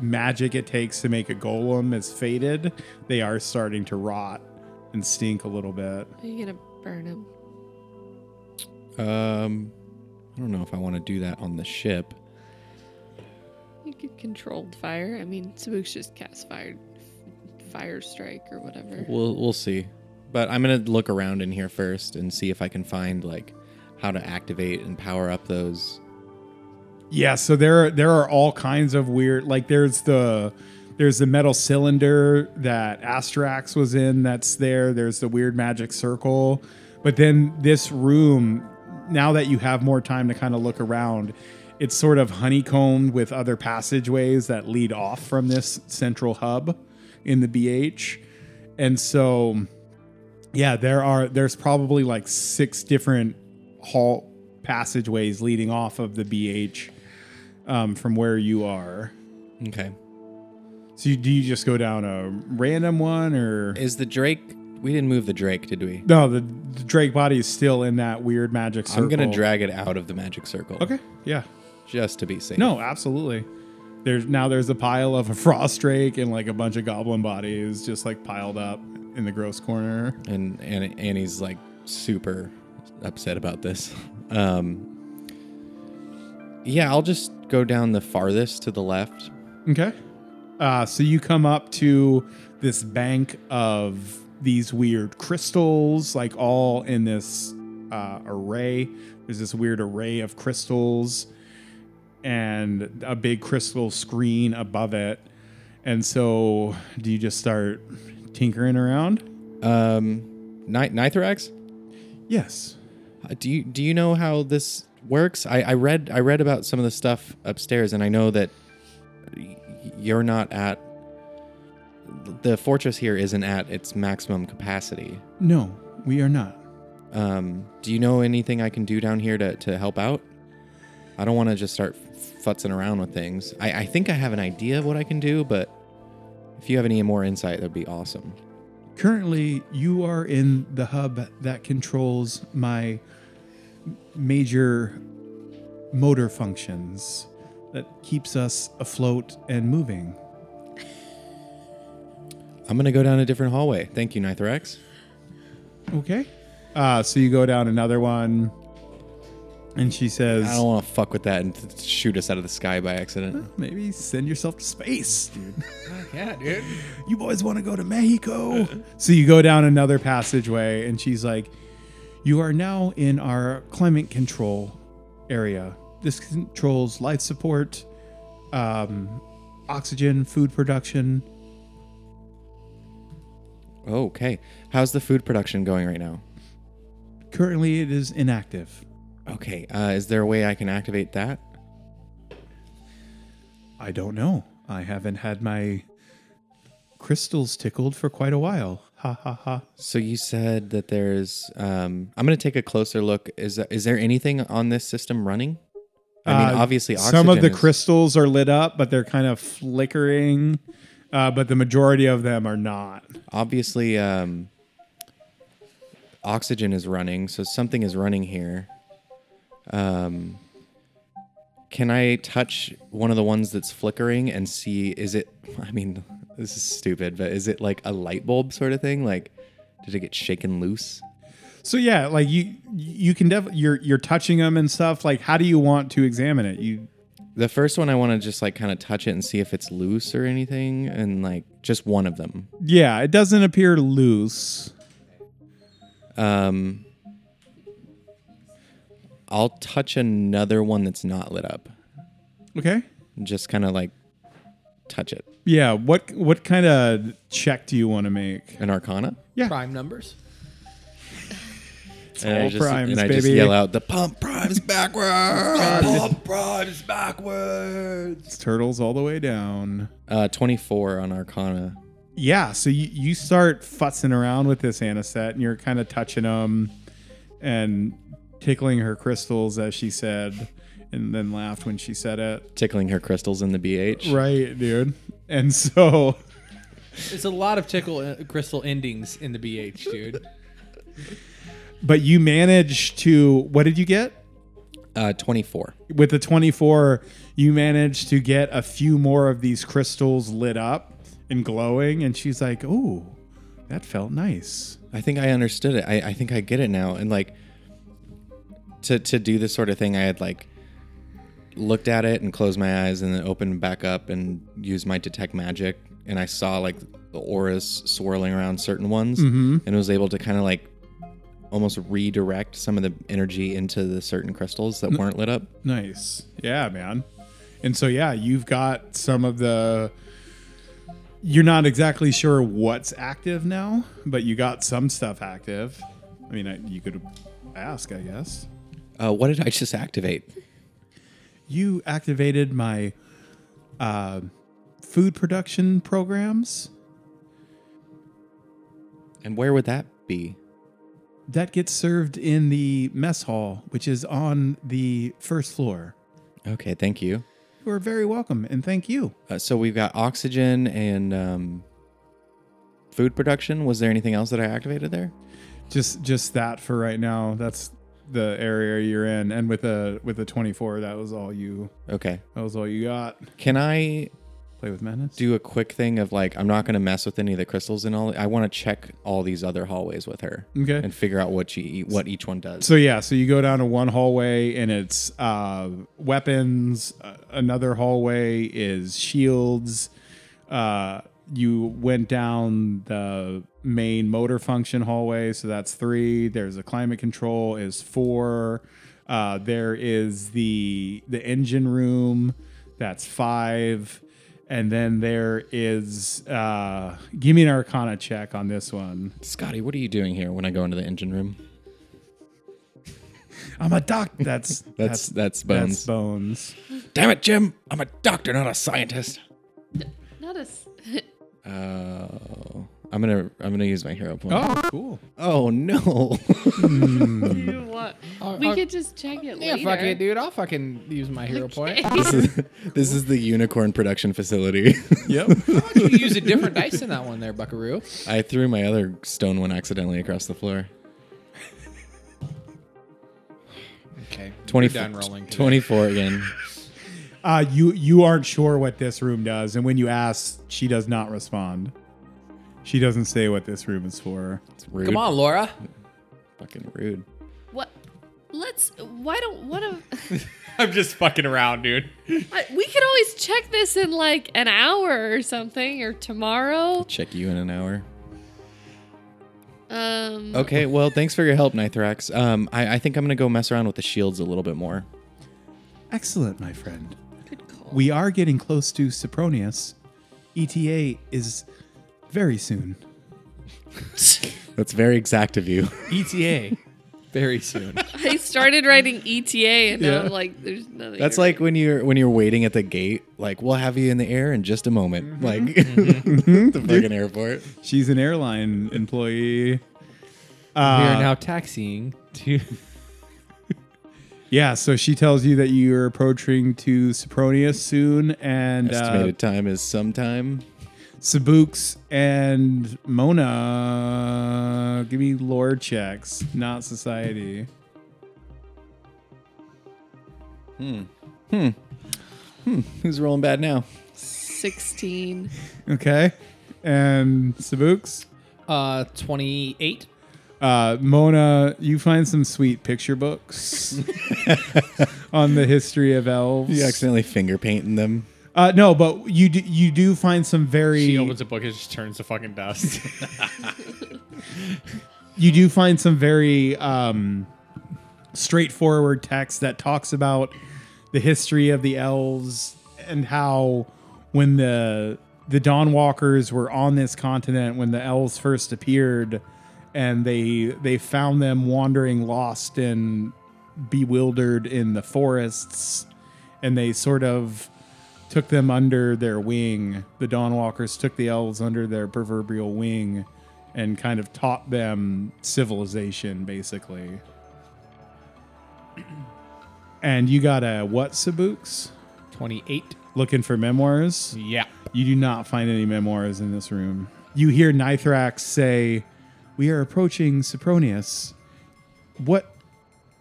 magic it takes to make a golem is faded, they are starting to rot and stink a little bit.
Are you gonna burn him?
Um, I don't know if I want to do that on the ship.
You could controlled fire. I mean, Sabuks just cast fire, fire strike or whatever.
We'll we'll see. But I'm gonna look around in here first and see if I can find like how to activate and power up those.
Yeah, so there there are all kinds of weird like there's the there's the metal cylinder that Astrax was in that's there. There's the weird magic circle. But then this room, now that you have more time to kind of look around, it's sort of honeycombed with other passageways that lead off from this central hub in the BH. And so yeah, there are there's probably like six different hall passageways leading off of the BH um, from where you are.
Okay.
So you, do you just go down a random one or
Is the Drake? We didn't move the Drake, did we?
no? The, the Drake body is still in that weird magic circle.
I'm gonna drag it out of the magic circle.
Okay. Yeah.
Just to be safe.
No, absolutely. There's now there's a pile of a frost drake and like a bunch of goblin bodies just like piled up in the gross corner.
and, and Annie's like super upset about this. Um, yeah, I'll just go down the farthest to the left.
Okay. Uh, so you come up to this bank of these weird crystals, like all in this uh, array. There's this weird array of crystals and a big crystal screen above it. And so, do you just start tinkering around?
Um, Ni- Nithrax,
Yes.
uh, do you do you know how this works? I, I read I read about some of the stuff upstairs, and I know that y- you're not at the fortress here isn't at its maximum capacity.
No, we are not.
Um, do you know anything I can do down here to, to help out? I don't want to just start futzing around with things. I, I think I have an idea of what I can do, but if you have any more insight, that'd be awesome.
Currently, you are in the hub that controls my major motor functions that keeps us afloat and moving.
I'm gonna go down a different hallway. Thank you, Nithrax.
Okay. Uh, so you go down another one, and she says,
I don't want to fuck with that and th- shoot us out of the sky by accident.
Maybe send yourself to space, dude.
Yeah, dude.
you boys want to go to Mexico? so you go down another passageway, and she's like, You are now in our climate control area. This controls life support, um, oxygen, food production.
Oh, okay. How's the food production going right now?
Currently, it is inactive.
Okay. Uh, is there a way I can activate that?
I don't know. I haven't had my crystals tickled for quite a while. Ha ha ha.
So you said that there's. Um, I'm gonna take a closer look. Is is there anything on this system running? I mean,
Uh,
obviously, oxygen
some of the
is-
crystals are lit up, but they're kind of flickering. Uh, but the majority of them are not.
obviously um, oxygen is running, so something is running here. Um, can I touch one of the ones that's flickering and see? Is it? I mean, this is stupid, but is it like a light bulb sort of thing? Like, did it get shaken loose?
So yeah, like you, you can def you're you're touching them and stuff. Like, how do you want to examine it? You
The first one I want to just like kind of touch it and see if it's loose or anything, and like just one of them.
yeah, it doesn't appear loose.
Um, I'll touch another one that's not lit up.
Okay.
just kind of like touch it.
Yeah. What what kind of check do you want to make?
An arcana.
Prime numbers.
and
all
I just,
primes,
and I just
baby.
yell out, the pump primes backwards.
It's turtles all the way down.
uh, 24 on arcana.
Yeah. So you you start futzing around with this anisette, and you're kind of touching them and tickling her crystals, as she said, and then laughed when she said it.
Tickling her crystals in the BH.
Right, dude. And so.
There's a lot of tickle uh, crystal endings in the BH, dude.
But you managed to. What did you get?
Uh, 24.
With the 24, you managed to get a few more of these crystals lit up and glowing. And she's like, "Ooh, that felt nice.
I think I understood it. I, I think I get it now. And like to to do this sort of thing, I had like looked at it and closed my eyes and then opened back up and used my detect magic and I saw like the auras swirling around certain ones
Mm-hmm.
and was able to kind of like almost redirect some of the energy into the certain crystals that weren't lit up.
Nice. Yeah, man. And so, yeah, you've got some of the. You're not exactly sure what's active now, but you got some stuff active. I mean, I, you could ask, I guess.
Uh, what did I just activate?
you activated my uh, food production programs.
And where would that be?
that gets served in the mess hall, which is on the first floor.
Okay, thank you.
You are very welcome, and thank you.
Uh, so we've got oxygen and um, food production. Was there anything else that I activated there?
Just just that for right now. That's the area you're in, and with a with a 24, that was all you.
Okay.
That was all you got.
Can I
Play with madness.
do a quick thing of like I'm not going to mess with any of the crystals and all. I want to check all these other hallways with her.
Okay.
And figure out what she e, what each one does.
So yeah, so you go down to one hallway and it's uh, weapons. Uh, another hallway is shields. Uh, you went down the main motor function hallway, so that's three. There's a climate control is four. Uh, there is the the engine room, that's five. And then there is uh, give me an Arcana check on this one.
Scotty, what are you doing here when I go into the engine room?
I'm a doc. That's
That's that's,
that's
bones.
bones.
Damn it, Jim! I'm a doctor, not a scientist.
Not as
Oh, I'm gonna I'm gonna use my hero point. Oh,
cool.
no!
what? we could just check it
Yeah,
later.
fuck it, dude. I'll fucking use my hero point.
this, is, this is the unicorn production facility.
Yep.
you use a different dice in that one there, Buckaroo.
I threw my other stone one accidentally across the floor.
Okay.
Twenty
done rolling today.
Twenty four again.
Uh, you you aren't sure what this room does, and when you ask, she does not respond. She doesn't say what this room is for.
It's rude.
Come on, Laura.
fucking rude.
What? Let's. Why don't? What? A,
I'm just fucking around, dude.
I- we could always check this in like an hour or something, or tomorrow.
Check you in an hour.
Um.
Okay, well, thanks for your help, Nithrax. Um, I, I think I'm gonna go mess around with the shields a little bit more.
Excellent, my friend.
Good call.
We are getting close to Sopronius. ETA is very soon.
That's very exact of you.
ETA. Very soon.
I started writing ETA, and now I'm like, there's nothing.
That's like when you're when you're waiting at the gate, like we'll have you in the air in just a moment,
Mm-hmm.
like the fucking airport.
She's an airline employee. Uh,
we
Uh,
are now taxiing to.
Yeah, so she tells you that you're approaching to Sopronius soon, and uh,
Estimated time is sometime.
Sabuks and Mona. Give me lore checks, not society.
Who's rolling bad now?
16.
Okay. And Sabuks.
Uh, 28.
Uh, Mona, you find some sweet picture books on the history of elves.
You accidentally finger painting them.
Uh, no, but you do, you do find some very
She opens a book and just turns to fucking dust.
you do find some very um, straightforward text that talks about the history of the elves and how when the the Dawnwalkers were on this continent when the elves first appeared and they they found them wandering lost and bewildered in the forests and they sort of took them under their wing. The Dawnwalkers took the elves under their proverbial wing and kind of taught them civilization, basically. And you got a what, Sabuks?
28.
Looking for memoirs?
Yeah.
You do not find any memoirs in this room. You hear Nithrax say, "We are approaching Sopronius." What?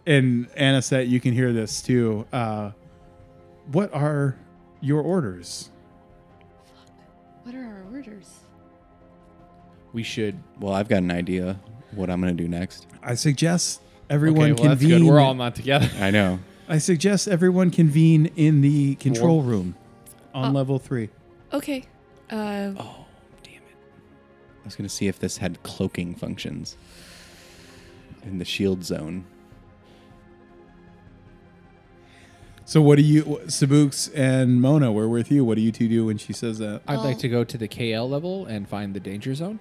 And Aniset, you can hear this too. Uh, what are your orders?
What are our orders?
We should.
Well, I've got an idea what I'm gonna do next.
I suggest everyone
okay, well, that's
convene.
good. We're all not together.
I know.
I suggest everyone convene in the control room on level three.
Okay. Uh,
Oh, I was gonna see if this had cloaking functions in the shield zone.
So what do you, Sabuks and Mona? We're with you. What do you two do when she says that?
I'd like to go to the KL level and find the danger zone.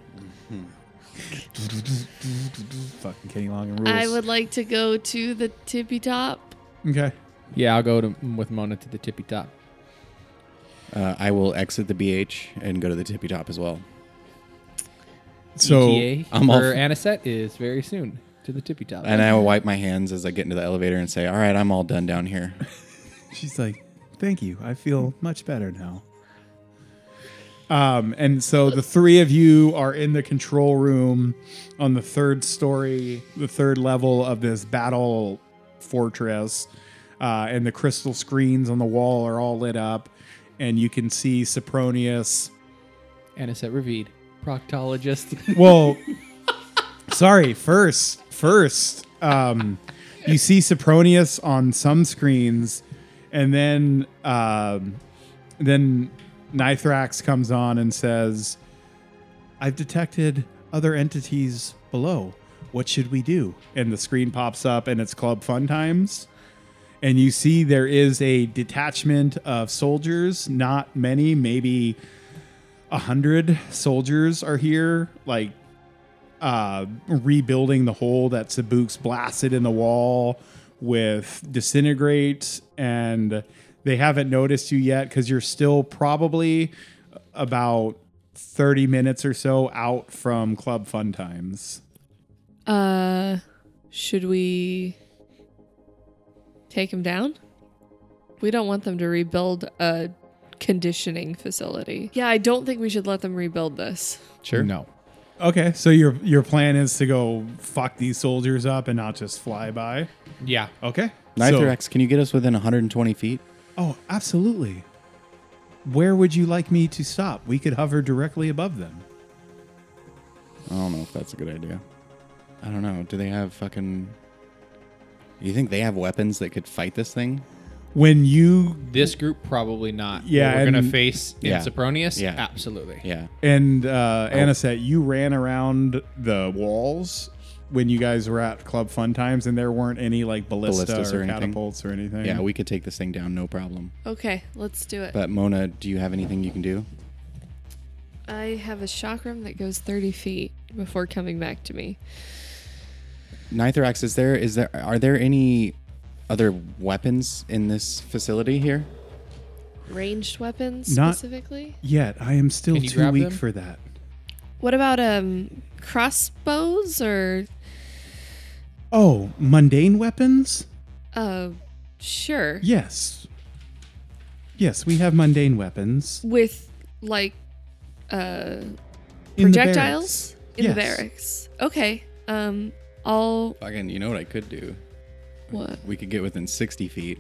Fucking Kenny Long rules.
I would like to go to the tippy top.
Okay.
Yeah, I'll go to, with Mona to the tippy top.
Uh, I will exit the BH and go to the tippy top as well.
So
ETA
I'm
for
Oh,
all-
Anisette is very soon. to the tippy top.
And I will wipe my hands as I get into the elevator and say, "All right, I'm all done down here."
She's like, "Thank you. I feel much better now." Um, and so the three of you are in the control room on the third story, the third level of this battle fortress, uh, and the crystal screens on the wall are all lit up, and you can see Sopronius.
Anisette Ravid, proctologist.
Well, sorry, first, first, um, you see Sopronius on some screens, and then, um, then Nithrax comes on and says, I've detected other entities below. What should we do? And the screen pops up and it's Club Fun Times. And you see there is a detachment of soldiers, not many, maybe a hundred soldiers are here, like uh, rebuilding the hole that Sabuks blasted in the wall with disintegrate, and they haven't noticed you yet because you're still probably about 30 minutes or so out from Club Fun Times.
Uh, should we take him down? We don't want them to rebuild a conditioning facility. Yeah, I don't think we should let them rebuild this.
sure. No.
Okay, so your your plan is to go fuck these soldiers up and not just fly by.
Yeah.
Okay, So-
Nithrax, can you get us within 120 feet?
Oh, absolutely. Where would you like me to stop? We could hover directly above them.
I don't know if that's a good idea. I don't know. Do they have fucking? You think they have weapons that could fight this thing?
When you
This group probably not. What
Yeah,
We're gonna
and-
face in
Yeah.
Sopronius.
Yeah.
Absolutely.
Yeah.
and uh,
Oh.
Anisette, you ran around the walls when you guys were at Club Fun Times, and there weren't any like ballista
Ballistas
or,
or anything.
catapults or anything.
Yeah, we could take this thing down, no problem.
Okay, let's do it.
But Mona, do you have anything you can do?
I have a chakram that goes 30 feet before coming back to me.
Nithrax, is there is there are there any other weapons in this facility here?
Ranged weapons
Not-
specifically?
Yet I am still
Can you
too
grab
weak
them?
for that.
What about um crossbows or
Oh, mundane weapons?
uh sure.
Yes. Yes, we have mundane weapons.
With like uh
in the
projectiles in the
Yes.
barracks. Okay. Um I'll
Again, you know what I could do?
what
We could get within 60 feet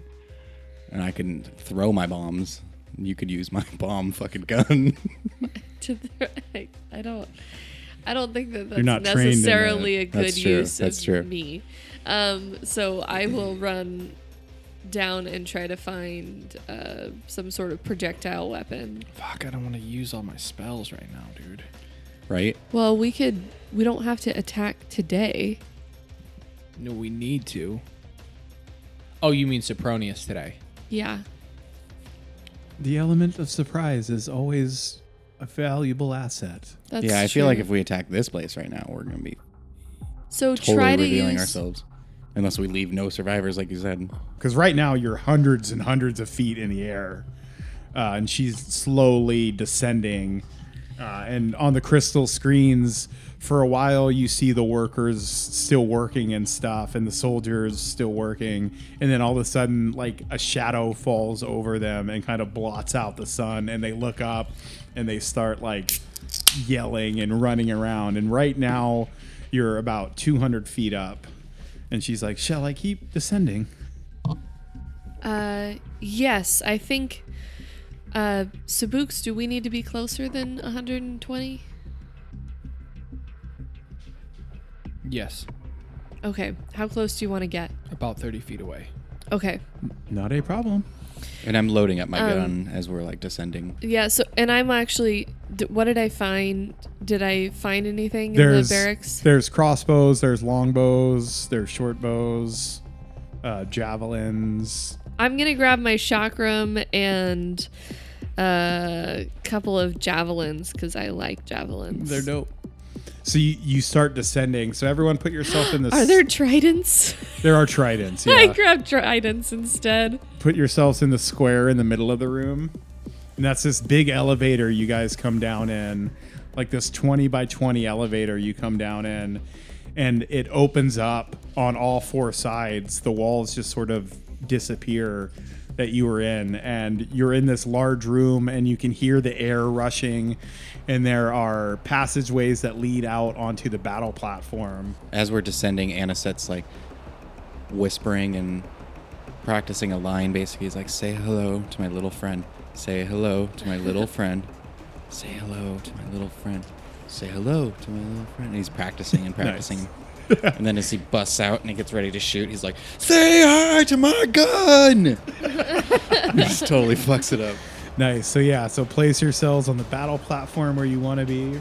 and I can throw my bombs. You could use my bomb fucking gun.
to the I, I don't I don't think that that's
You're not trained in
necessarily a good
That's true.
use
That's
of
true.
me. Um so I will run down and try to find uh, some sort of projectile weapon.
Fuck, I don't want to use all my spells right now, dude.
right?
Well, we could we don't have to attack today.
No, we need to. Oh, you mean Sopronius today?
Yeah.
The element of surprise is always a valuable asset.
That's
yeah, I feel like
true.
if we attack this place right now, we're going to be
so
totally
try to
revealing
use
ourselves. Unless we leave no survivors, like you said.
because right now you're hundreds and hundreds of feet in the air, uh, and she's slowly descending. Uh, and on the crystal screens, for a while, you see the workers still working and stuff, and the soldiers still working. And then all of a sudden, like a shadow falls over them and kind of blots out the sun. And they look up and they start like yelling and running around. And right now, you're about 200 feet up. And she's like, Shall I keep descending?
Uh, yes, I think. Uh, Sabuks, do we need to be closer than 120?
Yes,
Okay, how close do you want to get?
about 30 feet away.
Okay,
Not a problem.
And I'm loading up my
Um,
gun as we're like descending.
yeah. So, and I'm actually. D- what did I find? Did I find anything
There's
in the barracks?
there's crossbows, there's longbows, there's short bows, uh, javelins.
I'm gonna grab my chakram and a couple of javelins because I like javelins.
dope. So you, you start descending. So everyone put yourself in this.
Are there tridents?
There are tridents.
I
Yeah.
grabbed tridents instead.
put yourselves in the square in the middle of the room, and that's this big elevator you guys come down in, like this twenty by twenty elevator you come down in, and it opens up on all four sides. The walls just sort of disappear that you were in, and you're in this large room, and you can hear the air rushing, and there are passageways that lead out onto the battle platform.
As we're descending, Aniset's like whispering and practicing a line basically. He's like, say hello to my little friend. Say hello to my little friend. Say hello to my little friend. Say hello to my little friend. And he's practicing and practicing. and then as he busts out and he gets ready to shoot, he's like, say hi to my gun. he just totally fucks it up.
Nice. So yeah, so place yourselves on the battle platform where you want to be.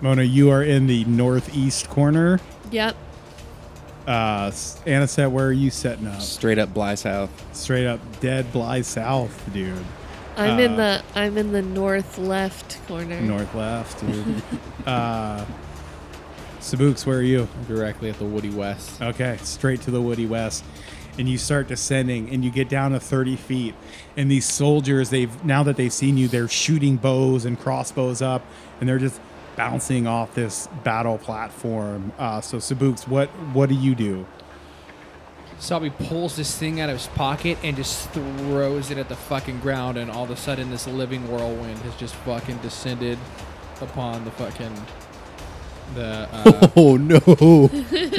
Mona, you are in the northeast corner.
Yep.
Uh, S- Anisette, where are you setting up?
Straight up Bly South.
Straight up dead Bly South, dude.
I'm in the I'm in the north left corner.
Uh. North left, dude. uh, Sabooks, where are you?
directly at the Woody
Oh.
West.
Okay, straight to the Woody West. And you start descending and you get down to 30 feet. And these soldiers, they've now that they've seen you, they're shooting bows and crossbows up and they're just bouncing off this battle platform. Uh, so, Sabooks, what, what do you do?
Sabi pulls this thing out of his pocket and just throws it at the fucking ground, and all of a sudden, this living whirlwind has just fucking descended upon the fucking the. Uh,
Oh no.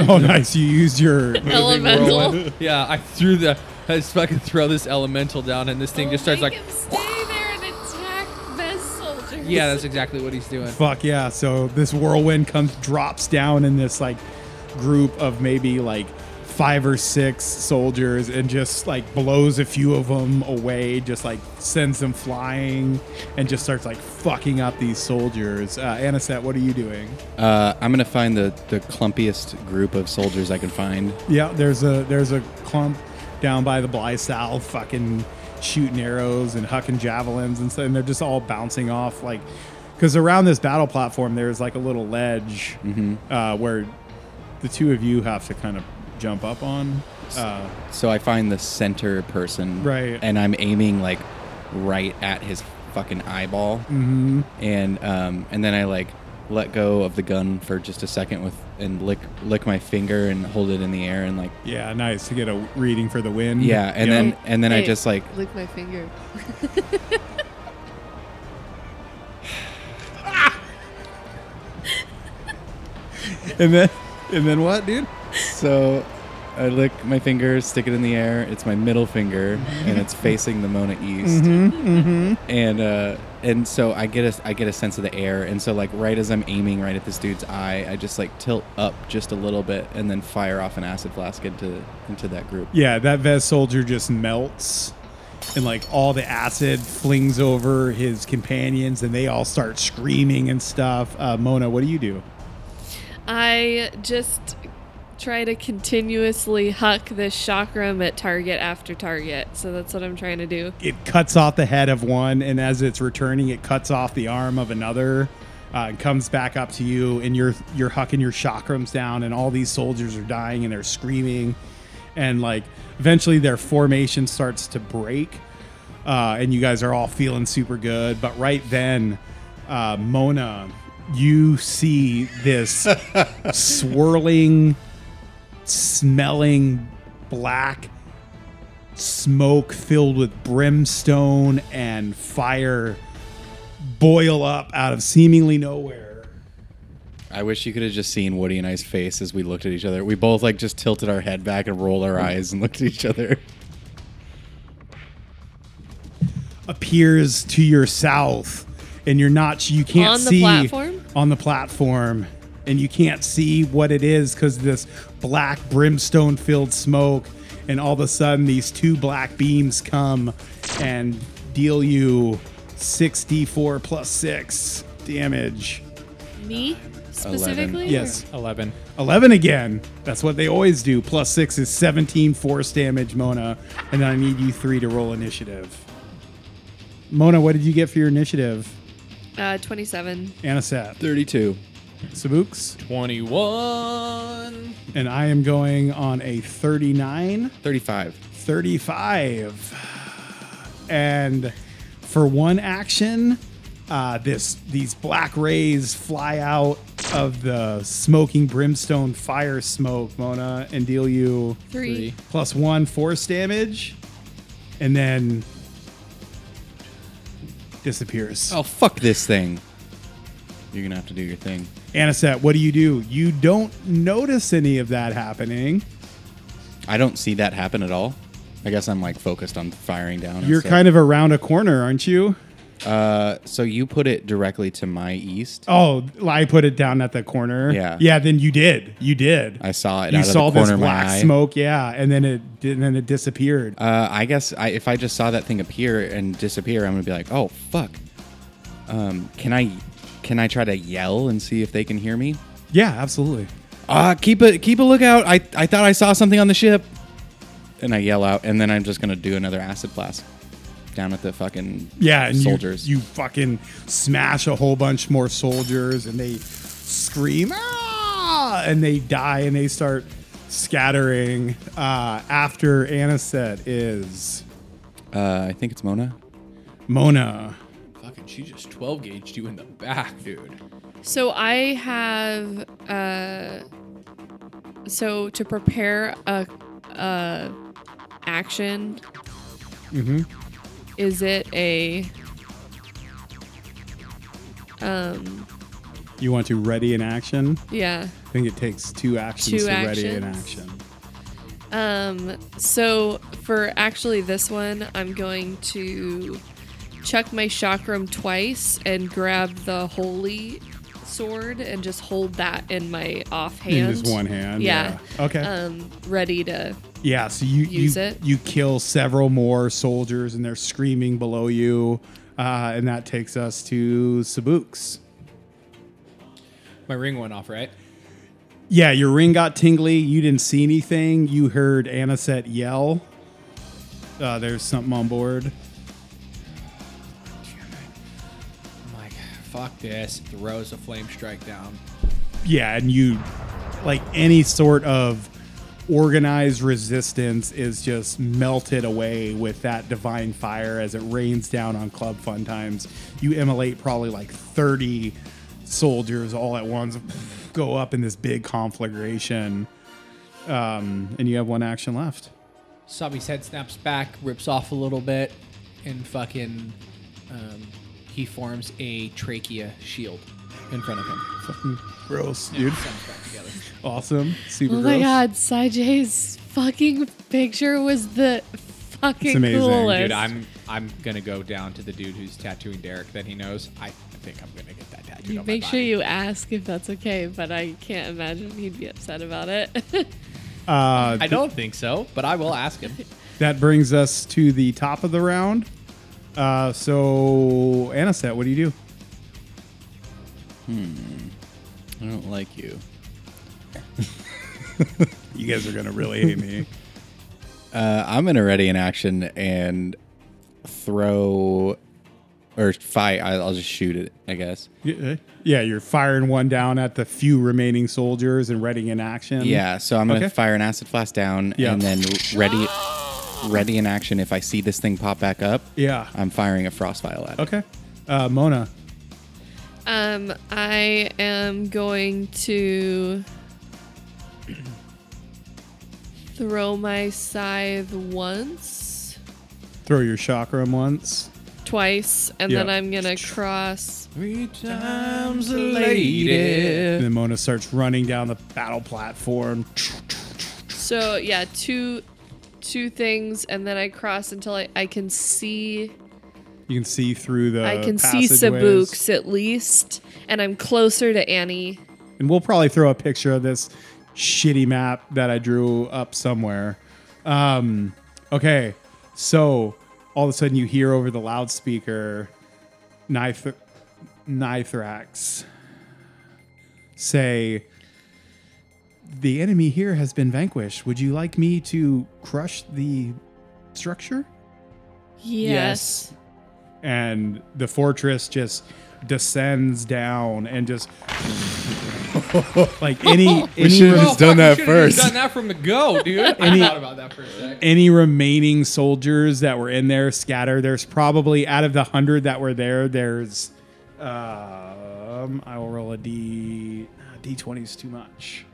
Oh, nice. You used your.
Elemental.
yeah, I threw the. I just fucking throw this elemental down, and this thing just starts like.
Make him stay there and attack best soldiers.
Yeah, that's exactly what he's doing.
Fuck yeah. So this whirlwind comes, drops down in this like group of maybe like five or six soldiers and just like blows a few of them away, just like sends them flying and just starts like fucking up these soldiers. Uh, Anisette, what are you doing?
Uh, I'm gonna find the the clumpiest group of soldiers I can find.
Yeah, there's a there's a clump down by the Bly South, fucking shooting arrows and hucking javelins and stuff, and they're just all bouncing off like because around this battle platform there's like a little ledge
Mm-hmm.
uh, where the two of you have to kind of jump up on. Uh,
So I find the center person,
Right.
And I'm aiming like right at his fucking eyeball, mm-hmm. and um, and then I like let go of the gun for just a second with and lick lick my finger and hold it in the air and like
yeah, nice to get a reading for the wind.
yeah,
Yep.
and then and then I
Hey,
just like
lick my finger.
and then and then what, dude?
so I lick my finger, stick it in the air. It's my middle finger, and it's facing the Mona East. And uh, and so I get a I get a sense of the air, and so like right as I'm aiming right at this dude's eye, I just like tilt up just a little bit, and then fire off an acid flask into into that group.
Yeah, that Vez soldier just melts and like all the acid flings over his companions and they all start screaming and stuff. Uh, Mona, what do you do?
I just try to continuously huck this chakram at target after target. So that's what I'm trying to do.
It cuts off the head of one, and as it's returning, it cuts off the arm of another. Uh, and comes back up to you, and you're you're hucking your chakrams down, and all these soldiers are dying, and they're screaming, and like eventually their formation starts to break, uh, and you guys are all feeling super good. But right then, uh, Mona, you see this swirling, smelling black smoke filled with brimstone and fire boil up out of seemingly nowhere.
I wish you could have just seen Woody and I's face as we looked at each other. We both like just tilted our head back and rolled our eyes and looked at each other.
appears to your south and you're not you can't
On the
see
platform?
on the platform and you can't see what it is because this black brimstone filled smoke and all of a sudden these two black beams come and deal you 6d4 plus 6 damage
Me specifically?
yes
Eleven.
11 again that's what they always do plus 6 is 17 force damage mona and then i need you three to roll initiative mona what did you get for your initiative
Or- Uh, 27.
Anisette,
Thirty-two.
Sabooks,
Twenty-one.
and I am going on a 39,
35.
35. And for one action, uh, this these black rays fly out of the smoking brimstone fire smoke, Mona, and deal you
Three.
plus one force damage, and then disappears.
Oh fuck this thing. You're gonna have to do your thing.
Anisette, what do you do? You don't notice any of that happening.
I don't see that happen at all. I guess I'm like focused on firing down.
You're kind of around a corner, aren't you?
of so you put it directly to my east.
Oh, I put it down at the corner.
Yeah.
Yeah, then you did. You did.
I saw it.
you
out of
saw
the corner
this
of my
black
eye.
smoke, yeah, and then it did, and then it disappeared.
Uh, I guess I, if I just saw that thing appear and disappear, I'm gonna be like, oh fuck. Um, can I can I try to yell and see if they can hear me?
yeah, absolutely.
Uh, keep a keep a lookout. I I thought I saw something on the ship. And I yell out, and then I'm just gonna do another acid blast down at the fucking
Yeah, and you-
soldiers.
You, fucking smash a whole bunch more soldiers, and they scream, ah! and they die, and they start scattering. Uh, after Anisette is
uh, I think it's Mona.
Mona.
Fucking, she just 12 gauged you in the back, dude.
So I have uh so to prepare a uh action
Mm-hmm.
is it a um
You want to ready in action?
yeah
I think it takes two actions
Two
to ready in
actions.
action.
um so for actually this one I'm going to chuck my chakram twice and grab the holy sword and just hold that in my offhand
In just one hand.
Yeah.
Yeah. Okay.
um ready to
Yeah, so you
Use
you,
it.
you kill several more soldiers, and they're screaming below you, uh, and that takes us to Sabuks.
My ring went off, right?
Yeah, your ring got tingly. You didn't see anything. You heard Anisette yell. Uh, there's something on board.
I'm like, fuck this. Throws a flame strike down.
Yeah, and you like any sort of organized resistance is just melted away with that divine fire as it rains down on club fun times. You immolate probably like 30 soldiers all at once go up in this big conflagration. Um, and you have one action left.
Sabi's head snaps back, rips off a little bit, and fucking um, he forms a trachea shield in front of him.
Gross, dude. Awesome. Super
Oh
gross.
my god, J's fucking picture was the
It's
fucking
amazing.
coolest.
Dude,
I'm I'm gonna go down to the dude who's tattooing Derek that he knows. I think I'm gonna get that tattooed.
you
on my
make sure
body.
you ask if that's okay, but I can't imagine he'd be upset about it.
Uh,
I don't think so, but I will ask him.
that brings us to the top of the round. Uh, so, Anisette, what do you do?
I don't like you.
You guys are gonna really hate me.
Uh, I'm gonna ready in action and throw or fire. I'll just shoot it. I guess.
Mm-hmm. yeah, you're firing one down at the few remaining soldiers and readying in action.
Yeah, so I'm gonna
Okay.
fire an acid flash down
Yeah.
and then ready ready in action. If I see this thing pop back up,
Yeah.
I'm firing a frost vial at it.
Okay. Uh, Mona.
um, I am going to throw my scythe once,
Throw your chakram once.
twice, and
Yeah.
then I'm gonna cross.
Three times a lady.
And then Mona starts running down the battle platform.
So yeah, two, two things, and then I cross until I, I can see
You can see through the.
I can see
Uh, passageways.
Sabuks at least, and I'm closer to Annie.
And we'll probably throw a picture of this shitty map that I drew up somewhere. Um, okay. So all of a sudden you hear over the loudspeaker Nith- Nithrax say, The enemy here has been vanquished. Would you like me to crush the structure?
Yes.
And the fortress just descends down and just like any
We
any
should
Oh,
have just done that first.
Done that from the go, dude. I thought about that for a sec.
any remaining soldiers that were in there scatter. There's probably out of the hundred that were there, there's um I will roll a D D20 is too much.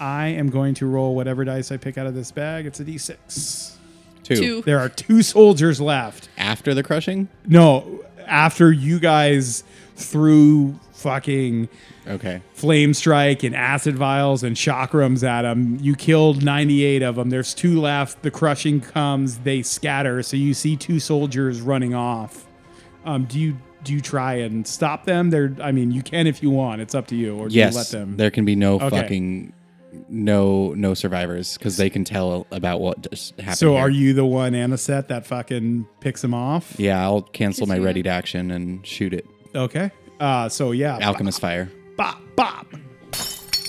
I am going to roll whatever dice I pick out of this bag. It's a D6.
Two.
Two.
There are two soldiers left.
After the crushing?
No, after you guys threw fucking
Okay.
flame strike and acid vials and chakrams at them. You killed 98 of them. There's two left. The crushing comes. They scatter. So you see two soldiers running off. Um, do you do you try and stop them? They're I mean you can if you want. It's up to you. Or do
Yes.
you let them?
There can be no
Okay.
fucking no no survivors because they can tell about what just happened.
so
here.
are you the one Aniset that fucking picks them off?
Yeah, I'll cancel my
Yeah.
ready to action and shoot it.
Okay. Uh, so yeah.
Alchemist fire.
bop bop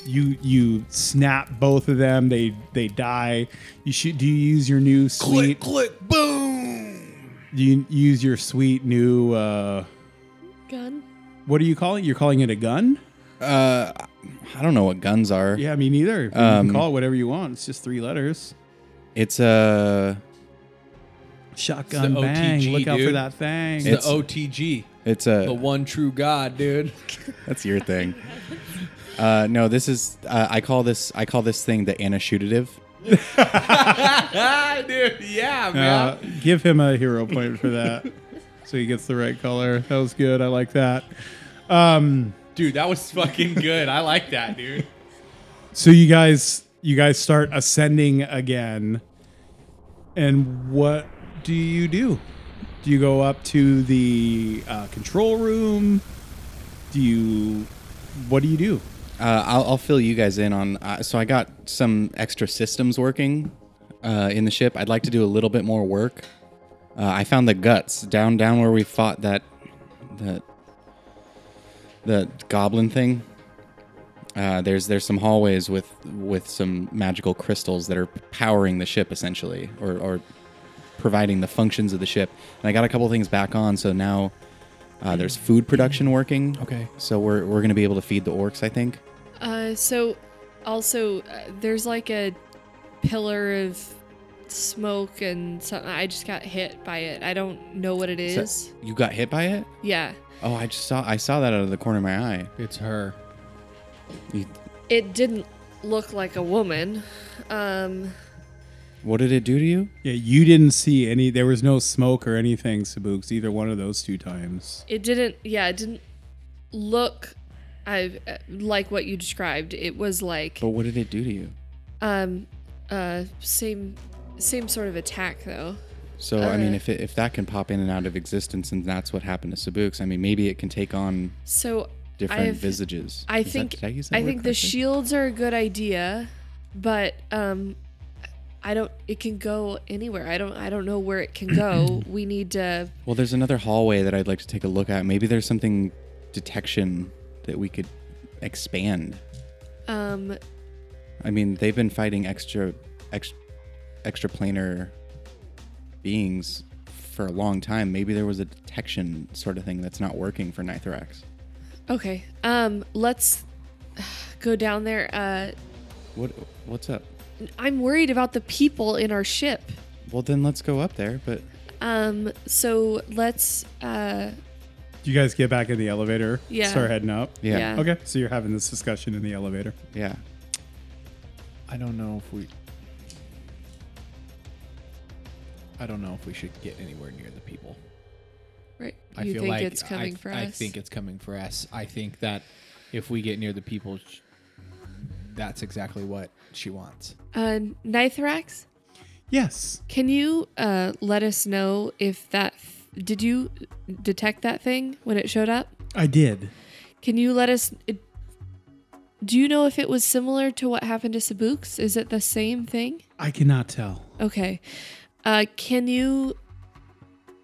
you you snap both of them they they die you should do you use your new sweet click click boom do you use your sweet new uh
Gun.
what do you call it you're calling it a gun
I don't know what guns are.
yeah me neither you
Um,
can call it whatever you want it's just three letters
It's a
shotgun
It's the
bang
OTG,
look out for
dude.
that thing
The OTG,
it's a
the one true God, dude.
That's your thing. Uh, no, this is uh, I call this I call this thing the anashootative.
dude, yeah,
Uh, give him a hero point for that so he gets the right color that was good i like that
Dude, that was fucking good. I like that, dude.
So you guys, you guys start ascending again, and what do you do? Do you go up to the uh, control room? Do you? What do you do?
Uh, I'll, I'll fill you guys in on. Uh, so I got some extra systems working uh, in the ship. I'd like to do a little bit more work. Uh, I found the guts down down where we fought that that the goblin thing. Uh, there's there's some hallways with with some magical crystals that are powering the ship essentially, or, or providing the functions of the ship. And I got a couple things back on, so now uh, there's food production working.
Okay.
So we're we're gonna be able to feed the orcs, I think.
Uh, so, also, uh, there's like a pillar of smoke and something. I just got hit by it. I don't know what it
So-
is.
you got hit by it?
yeah.
Oh, I just saw I saw that out of the corner of my eye.
It's her.
It didn't look like a woman. Um,
What did it do to you?
Yeah, you didn't see any. There was no smoke or anything, Sabooks, either one of those two times.
it didn't. Yeah, it didn't look. I uh, like what you described. It was like
But what did it do to you?
um, uh, same, same sort of attack though.
So I mean, if it, if that can pop in and out of existence, and that's what happened to Sabooks, I mean, maybe it can take on
So
different
I've-
visages.
I
Is that-
think
did I, use that
I
word
think the
correctly?
shields are a good idea, but um, I don't. It can go anywhere. I don't. I don't know where it can go. we need to.
Well, there's another hallway that I'd like to take a look at. Maybe there's something detection that we could expand.
Um,
I mean, they've been fighting extra, extra, extraplanar beings for a long time. Maybe there was a detection sort of thing that's not working for Nithrax.
okay. Um, let's go down there. Uh,
What what's up?
I'm worried about the people in our ship.
Well, then let's go up there. But
Um, so let's. Uh,
Do you guys get back in the elevator?
Yeah.
Start heading up.
Yeah.
yeah.
Okay, so you're having this discussion in the elevator.
yeah,
I don't know if we. I don't know if we should get anywhere near the people.
Right.
I
you
feel
think
like
it's coming
I,
for
I
us?
think it's coming for us. I think that if we get near the people, sh- that's exactly what she wants.
Uh, Nithrax.
Yes.
Can you uh, let us know if that did you detect that thing when it showed up?
I did.
Can you let us? Do you know if it was similar to what happened to Sabooks? Is it the same thing?
I cannot tell.
Okay. Uh, can you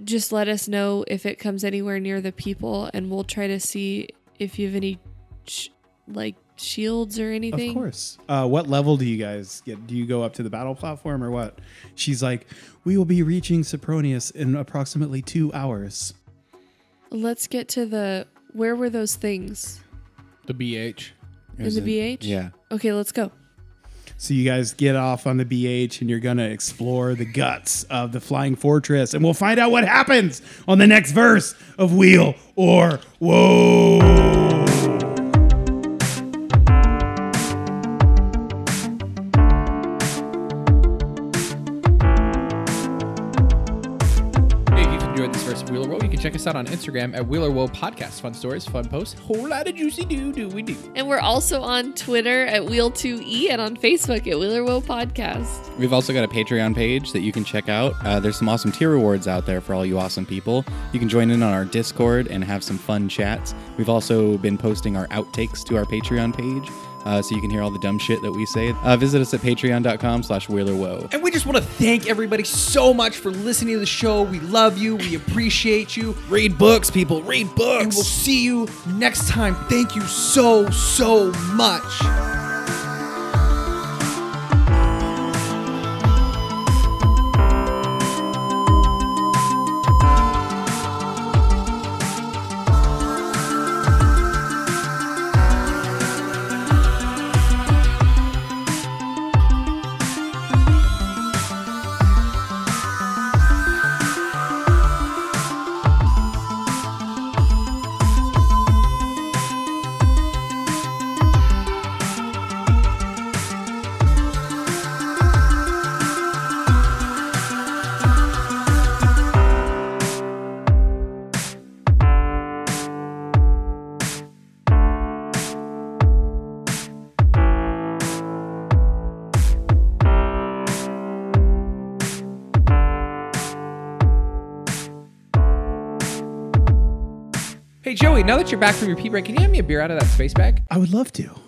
just let us know if it comes anywhere near the people, and we'll try to see if you have any sh- like shields or anything.
Of course. Uh, what level do you guys get? Do you go up to the battle platform or what? She's like, we will be reaching Sopronius in approximately two hours.
Let's get to the where were those things
The BH.
in the BH?
yeah.
Okay, let's go.
So you guys get off on the BH and you're going to explore the guts of the Flying Fortress. And we'll find out what happens on the next verse of Wheel or Whoa.
Wheel of Woe. You can check us out on Instagram at Wheel of Woe Podcast. Fun stories, fun posts, whole lot of juicy do do we do.
And we're also on Twitter at Wheel2E and on Facebook at Wheeler Woe Podcast.
We've also got a Patreon page that you can check out. Uh, there's some awesome tier rewards out there for all you awesome people. You can join in on our Discord and have some fun chats. We've also been posting our outtakes to our Patreon page. Uh, so you can hear all the dumb shit that we say. Uh, visit us at patreon.com slash wheelerwoe.
And we just want to thank everybody so much for listening to the show. We love you. We appreciate you.
Read books, people. Read
And we'll
books.
see you next time. Thank you so, so much. Hey, Joey, now that you're back from your pee break, can you hand me a beer out of that space bag?
I would love to.